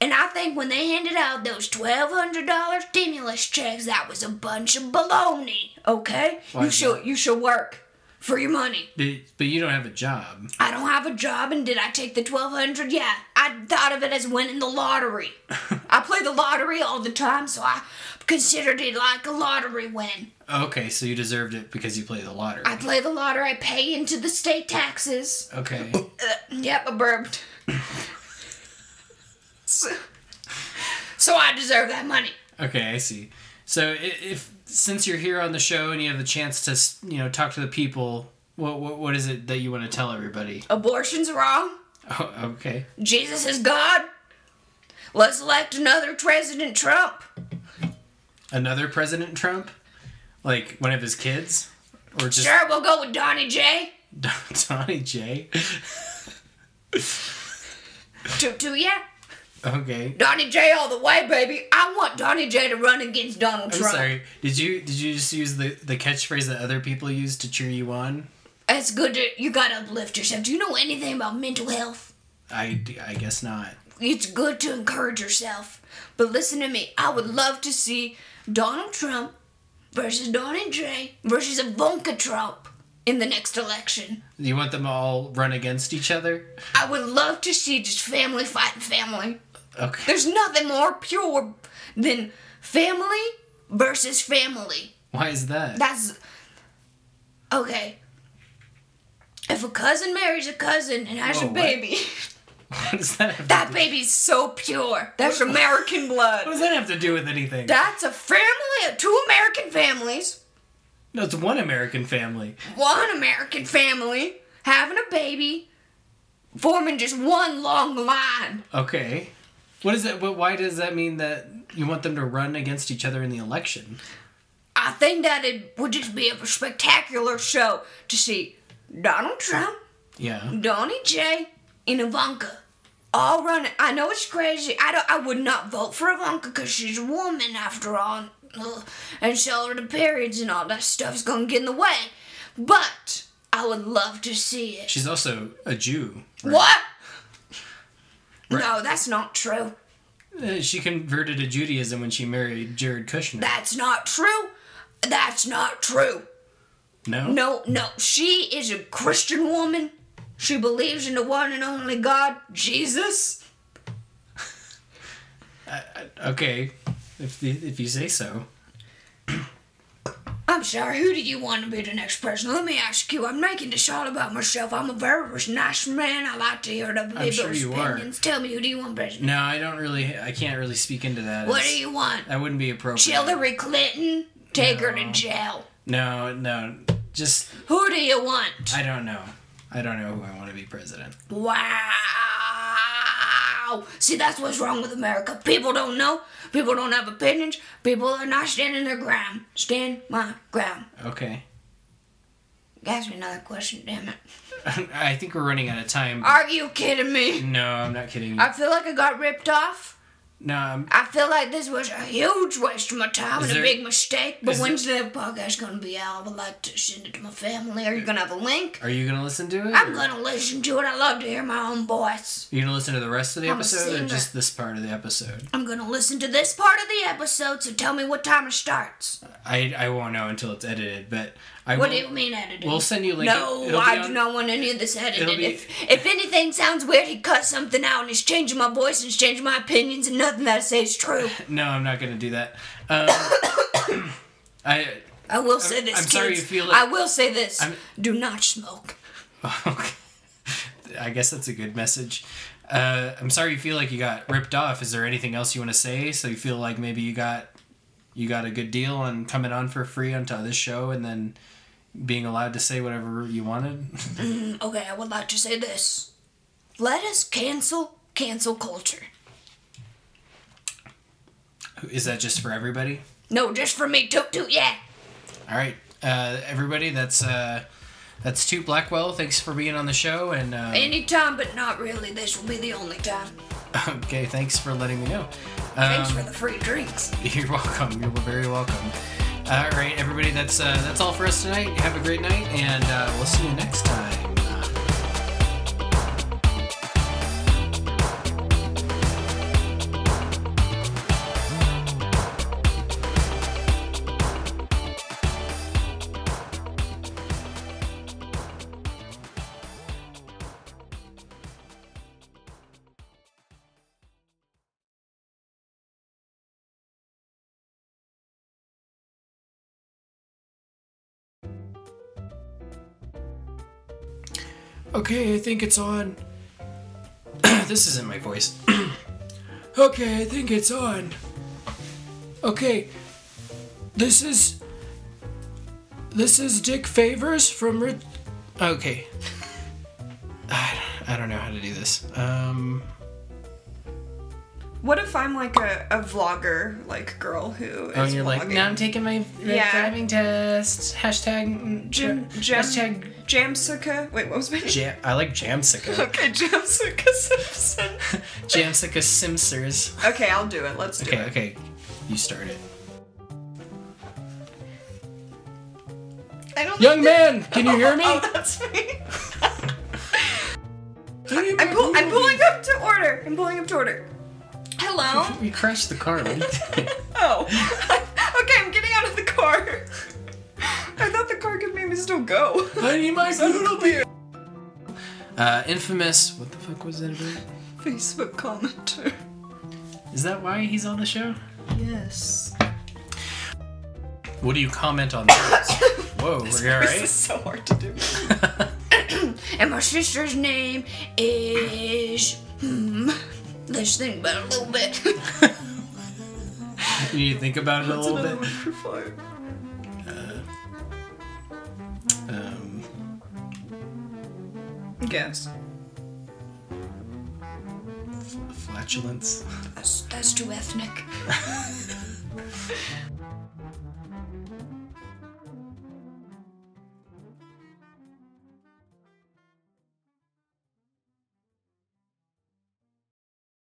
[SPEAKER 2] And I think when they handed out those $1,200 stimulus checks, that was a bunch of baloney, okay?
[SPEAKER 1] Why
[SPEAKER 2] you
[SPEAKER 1] is
[SPEAKER 2] should, you should work for your money.
[SPEAKER 1] But, but you don't have a job.
[SPEAKER 2] I don't have a job, and did I take the twelve hundred? Yeah, I thought of it as winning the lottery. I play the lottery all the time, so I considered it like a lottery win.
[SPEAKER 1] Okay, so you deserved it because you play the lottery.
[SPEAKER 2] I play the lottery. I pay into the state taxes.
[SPEAKER 1] Okay.
[SPEAKER 2] Uh, yep, I burped. so, so I deserve that money.
[SPEAKER 1] Okay, I see. So i- if since you're here on the show and you have the chance to s- you know talk to the people, What, what what is it that you want to tell everybody?
[SPEAKER 2] Abortion's wrong.
[SPEAKER 1] Oh, okay.
[SPEAKER 2] Jesus is God. Let's elect another President Trump.
[SPEAKER 1] Another President Trump, like one of his kids, or just
[SPEAKER 2] Sure, we'll go with Donnie J.
[SPEAKER 1] Donnie J.
[SPEAKER 2] Tutu, yeah.
[SPEAKER 1] Okay.
[SPEAKER 2] Donnie J all the way, baby. I want Donnie J to run against Donald
[SPEAKER 1] I'm
[SPEAKER 2] Trump.
[SPEAKER 1] sorry. Did you did you just use the the catchphrase that other people use to cheer you on?
[SPEAKER 2] It's good to, you gotta uplift yourself. Do you know anything about mental health?
[SPEAKER 1] I I guess not.
[SPEAKER 2] It's good to encourage yourself. But listen to me, I would love to see Donald Trump versus Donnie J versus Ivanka Trump in the next election.
[SPEAKER 1] You want them all run against each other?
[SPEAKER 2] I would love to see just family fighting family.
[SPEAKER 1] Okay.
[SPEAKER 2] There's nothing more pure than family versus family.
[SPEAKER 1] Why is that?
[SPEAKER 2] That's okay. If a cousin marries a cousin and has
[SPEAKER 1] Whoa,
[SPEAKER 2] a
[SPEAKER 1] what?
[SPEAKER 2] baby,
[SPEAKER 1] What does that have
[SPEAKER 2] that
[SPEAKER 1] to do?
[SPEAKER 2] baby's so pure. That's American
[SPEAKER 1] What
[SPEAKER 2] blood.
[SPEAKER 1] does that have to do with anything?
[SPEAKER 2] That's a family of two American families,
[SPEAKER 1] no, it's one American family.
[SPEAKER 2] one American family having a baby, forming just one long line.
[SPEAKER 1] Okay. What is that? What, why does that mean that you want them to run against each other in the election?
[SPEAKER 2] I think that it would just be a spectacular show to see Donald Trump
[SPEAKER 1] Yeah.
[SPEAKER 2] Donnie J and Ivanka. All running. I know it's crazy. I don't. I would not vote for Ivanka because she's a woman after all, and, ugh, and so are the periods and all that stuff's gonna get in the way. But I would love to see it.
[SPEAKER 1] She's also a Jew.
[SPEAKER 2] What? No, that's not true.
[SPEAKER 1] Uh, She converted to Judaism when she married Jared Kushner.
[SPEAKER 2] That's not true. That's not true.
[SPEAKER 1] no?
[SPEAKER 2] No, no. She is a Christian woman. She believes in the one and only God, Jesus.
[SPEAKER 1] Okay. If, the, if you say so.
[SPEAKER 2] I'm sorry, who do you want to be the next person? Let me ask you. I'm making this all about myself. I'm a very nice man. I like to hear other
[SPEAKER 1] I'm
[SPEAKER 2] people's
[SPEAKER 1] sure you are.
[SPEAKER 2] opinions. Tell me, who do you want president?
[SPEAKER 1] No, I don't really. I can't really speak into that.
[SPEAKER 2] What
[SPEAKER 1] It's-
[SPEAKER 2] do you want?
[SPEAKER 1] That wouldn't be appropriate.
[SPEAKER 2] Hillary Clinton? Take her to jail.
[SPEAKER 1] No, no. Just.
[SPEAKER 2] Who do you want?
[SPEAKER 1] I don't know. I don't know who I want to be president.
[SPEAKER 2] Wow. See, that's what's wrong with America. People don't know. People don't have opinions. People are not standing their ground. Stand my ground.
[SPEAKER 1] Okay.
[SPEAKER 2] Ask me another question, damn it.
[SPEAKER 1] I think we're running out of time.
[SPEAKER 2] Are you kidding me?
[SPEAKER 1] No, I'm not kidding. you.
[SPEAKER 2] I feel like I got ripped off.
[SPEAKER 1] No, I'm,
[SPEAKER 2] I feel like this was a huge waste of my time
[SPEAKER 1] Is
[SPEAKER 2] and
[SPEAKER 1] there-
[SPEAKER 2] a big mistake. But
[SPEAKER 1] is
[SPEAKER 2] when's the podcast gonna be out? I would like to send it to my family. Are you gonna have a link?
[SPEAKER 1] are you gonna listen to it?
[SPEAKER 2] I'm
[SPEAKER 1] or-
[SPEAKER 2] gonna listen to it. I love to hear my own voice.
[SPEAKER 1] You gonna listen to the rest of the
[SPEAKER 2] I'm a
[SPEAKER 1] episode or
[SPEAKER 2] singer.
[SPEAKER 1] just this part of the episode?
[SPEAKER 2] I'm gonna listen to this part of the episode. So tell me what time it starts.
[SPEAKER 1] I I won't know until it's edited, but I
[SPEAKER 2] What
[SPEAKER 1] will,
[SPEAKER 2] do you mean edited?
[SPEAKER 1] we'll send you a link. It'll be
[SPEAKER 2] no, I
[SPEAKER 1] on-
[SPEAKER 2] do not want any of this
[SPEAKER 1] it'll
[SPEAKER 2] edited.
[SPEAKER 1] be-
[SPEAKER 2] If, if anything sounds weird, he cuts something out and he's changing my voice and he's changing my opinions and nothing that I say is true.
[SPEAKER 1] No, I'm not gonna do that. Um, I
[SPEAKER 2] I will say this,
[SPEAKER 1] I'm sorry
[SPEAKER 2] kids.
[SPEAKER 1] you feel it.
[SPEAKER 2] I will say this.
[SPEAKER 1] I'm-
[SPEAKER 2] do not smoke.
[SPEAKER 1] okay. I guess that's a good message. Uh, I'm sorry you feel like you got ripped off. Is there anything else you want to say? So you feel like maybe you got you got a good deal on coming on for free onto this show and then being allowed to say whatever you wanted.
[SPEAKER 2] Okay, I would like to say this. Let us cancel cancel culture.
[SPEAKER 1] Is that just for everybody?
[SPEAKER 2] No, just for me, toot toot, yeah.
[SPEAKER 1] All right, uh, everybody. That's uh, that's Toot Blackwell. Thanks for being on the show, and uh,
[SPEAKER 2] Anytime, but not really. This will be the only time.
[SPEAKER 1] okay, thanks for letting me know.
[SPEAKER 2] Thanks
[SPEAKER 1] Um,
[SPEAKER 2] for the free drinks.
[SPEAKER 1] you're welcome. You're very welcome. All right, everybody. That's uh, that's all for us tonight. Have a great night, and uh, we'll see you next time. Okay, I think it's on. this isn't my voice. okay, I think it's on. Okay, this is. This is Dick Favors from Rich. Okay. I don't- I don't know how to do this. Um,
[SPEAKER 2] What if I'm like a, a vlogger, like girl who is
[SPEAKER 1] oh, you're like,
[SPEAKER 2] vlogging?
[SPEAKER 1] now I'm taking my my
[SPEAKER 2] Yeah.
[SPEAKER 1] driving test. Hashtag
[SPEAKER 2] Jam,
[SPEAKER 1] jam.
[SPEAKER 2] jam,
[SPEAKER 1] Hashtag
[SPEAKER 2] Jamsica. Wait, what was my name?
[SPEAKER 1] jam. I like Jamsica.
[SPEAKER 2] okay, Jamsica Simpson.
[SPEAKER 1] Jamsica Simsers.
[SPEAKER 2] okay, I'll do it. Let's do
[SPEAKER 1] Okay,
[SPEAKER 2] it.
[SPEAKER 1] okay. You start it.
[SPEAKER 2] I don't
[SPEAKER 1] Young man, can you hear me?
[SPEAKER 2] Oh, that's me. I'm, pull, I'm pulling up to order. I'm pulling up to order. Hello?
[SPEAKER 1] You crashed the car. What are you doing?
[SPEAKER 2] Oh. okay, I'm getting out of the car. I thought the car could maybe still go.
[SPEAKER 1] I need my noodle beer. Uh, infamous. What the fuck was that about?
[SPEAKER 2] Facebook commenter.
[SPEAKER 1] Is that why he's on the show?
[SPEAKER 2] Yes.
[SPEAKER 1] What do you comment on those? Whoa, we're all
[SPEAKER 2] This is
[SPEAKER 1] right.
[SPEAKER 2] so hard to do.
[SPEAKER 5] And my sister's name is. Hmm. Let's think about it a little bit.
[SPEAKER 1] You need to think about it a little
[SPEAKER 2] Another
[SPEAKER 1] bit.
[SPEAKER 2] word for fire.
[SPEAKER 1] Um,
[SPEAKER 2] Guess.
[SPEAKER 1] flatulence.
[SPEAKER 5] That's, that's too ethnic.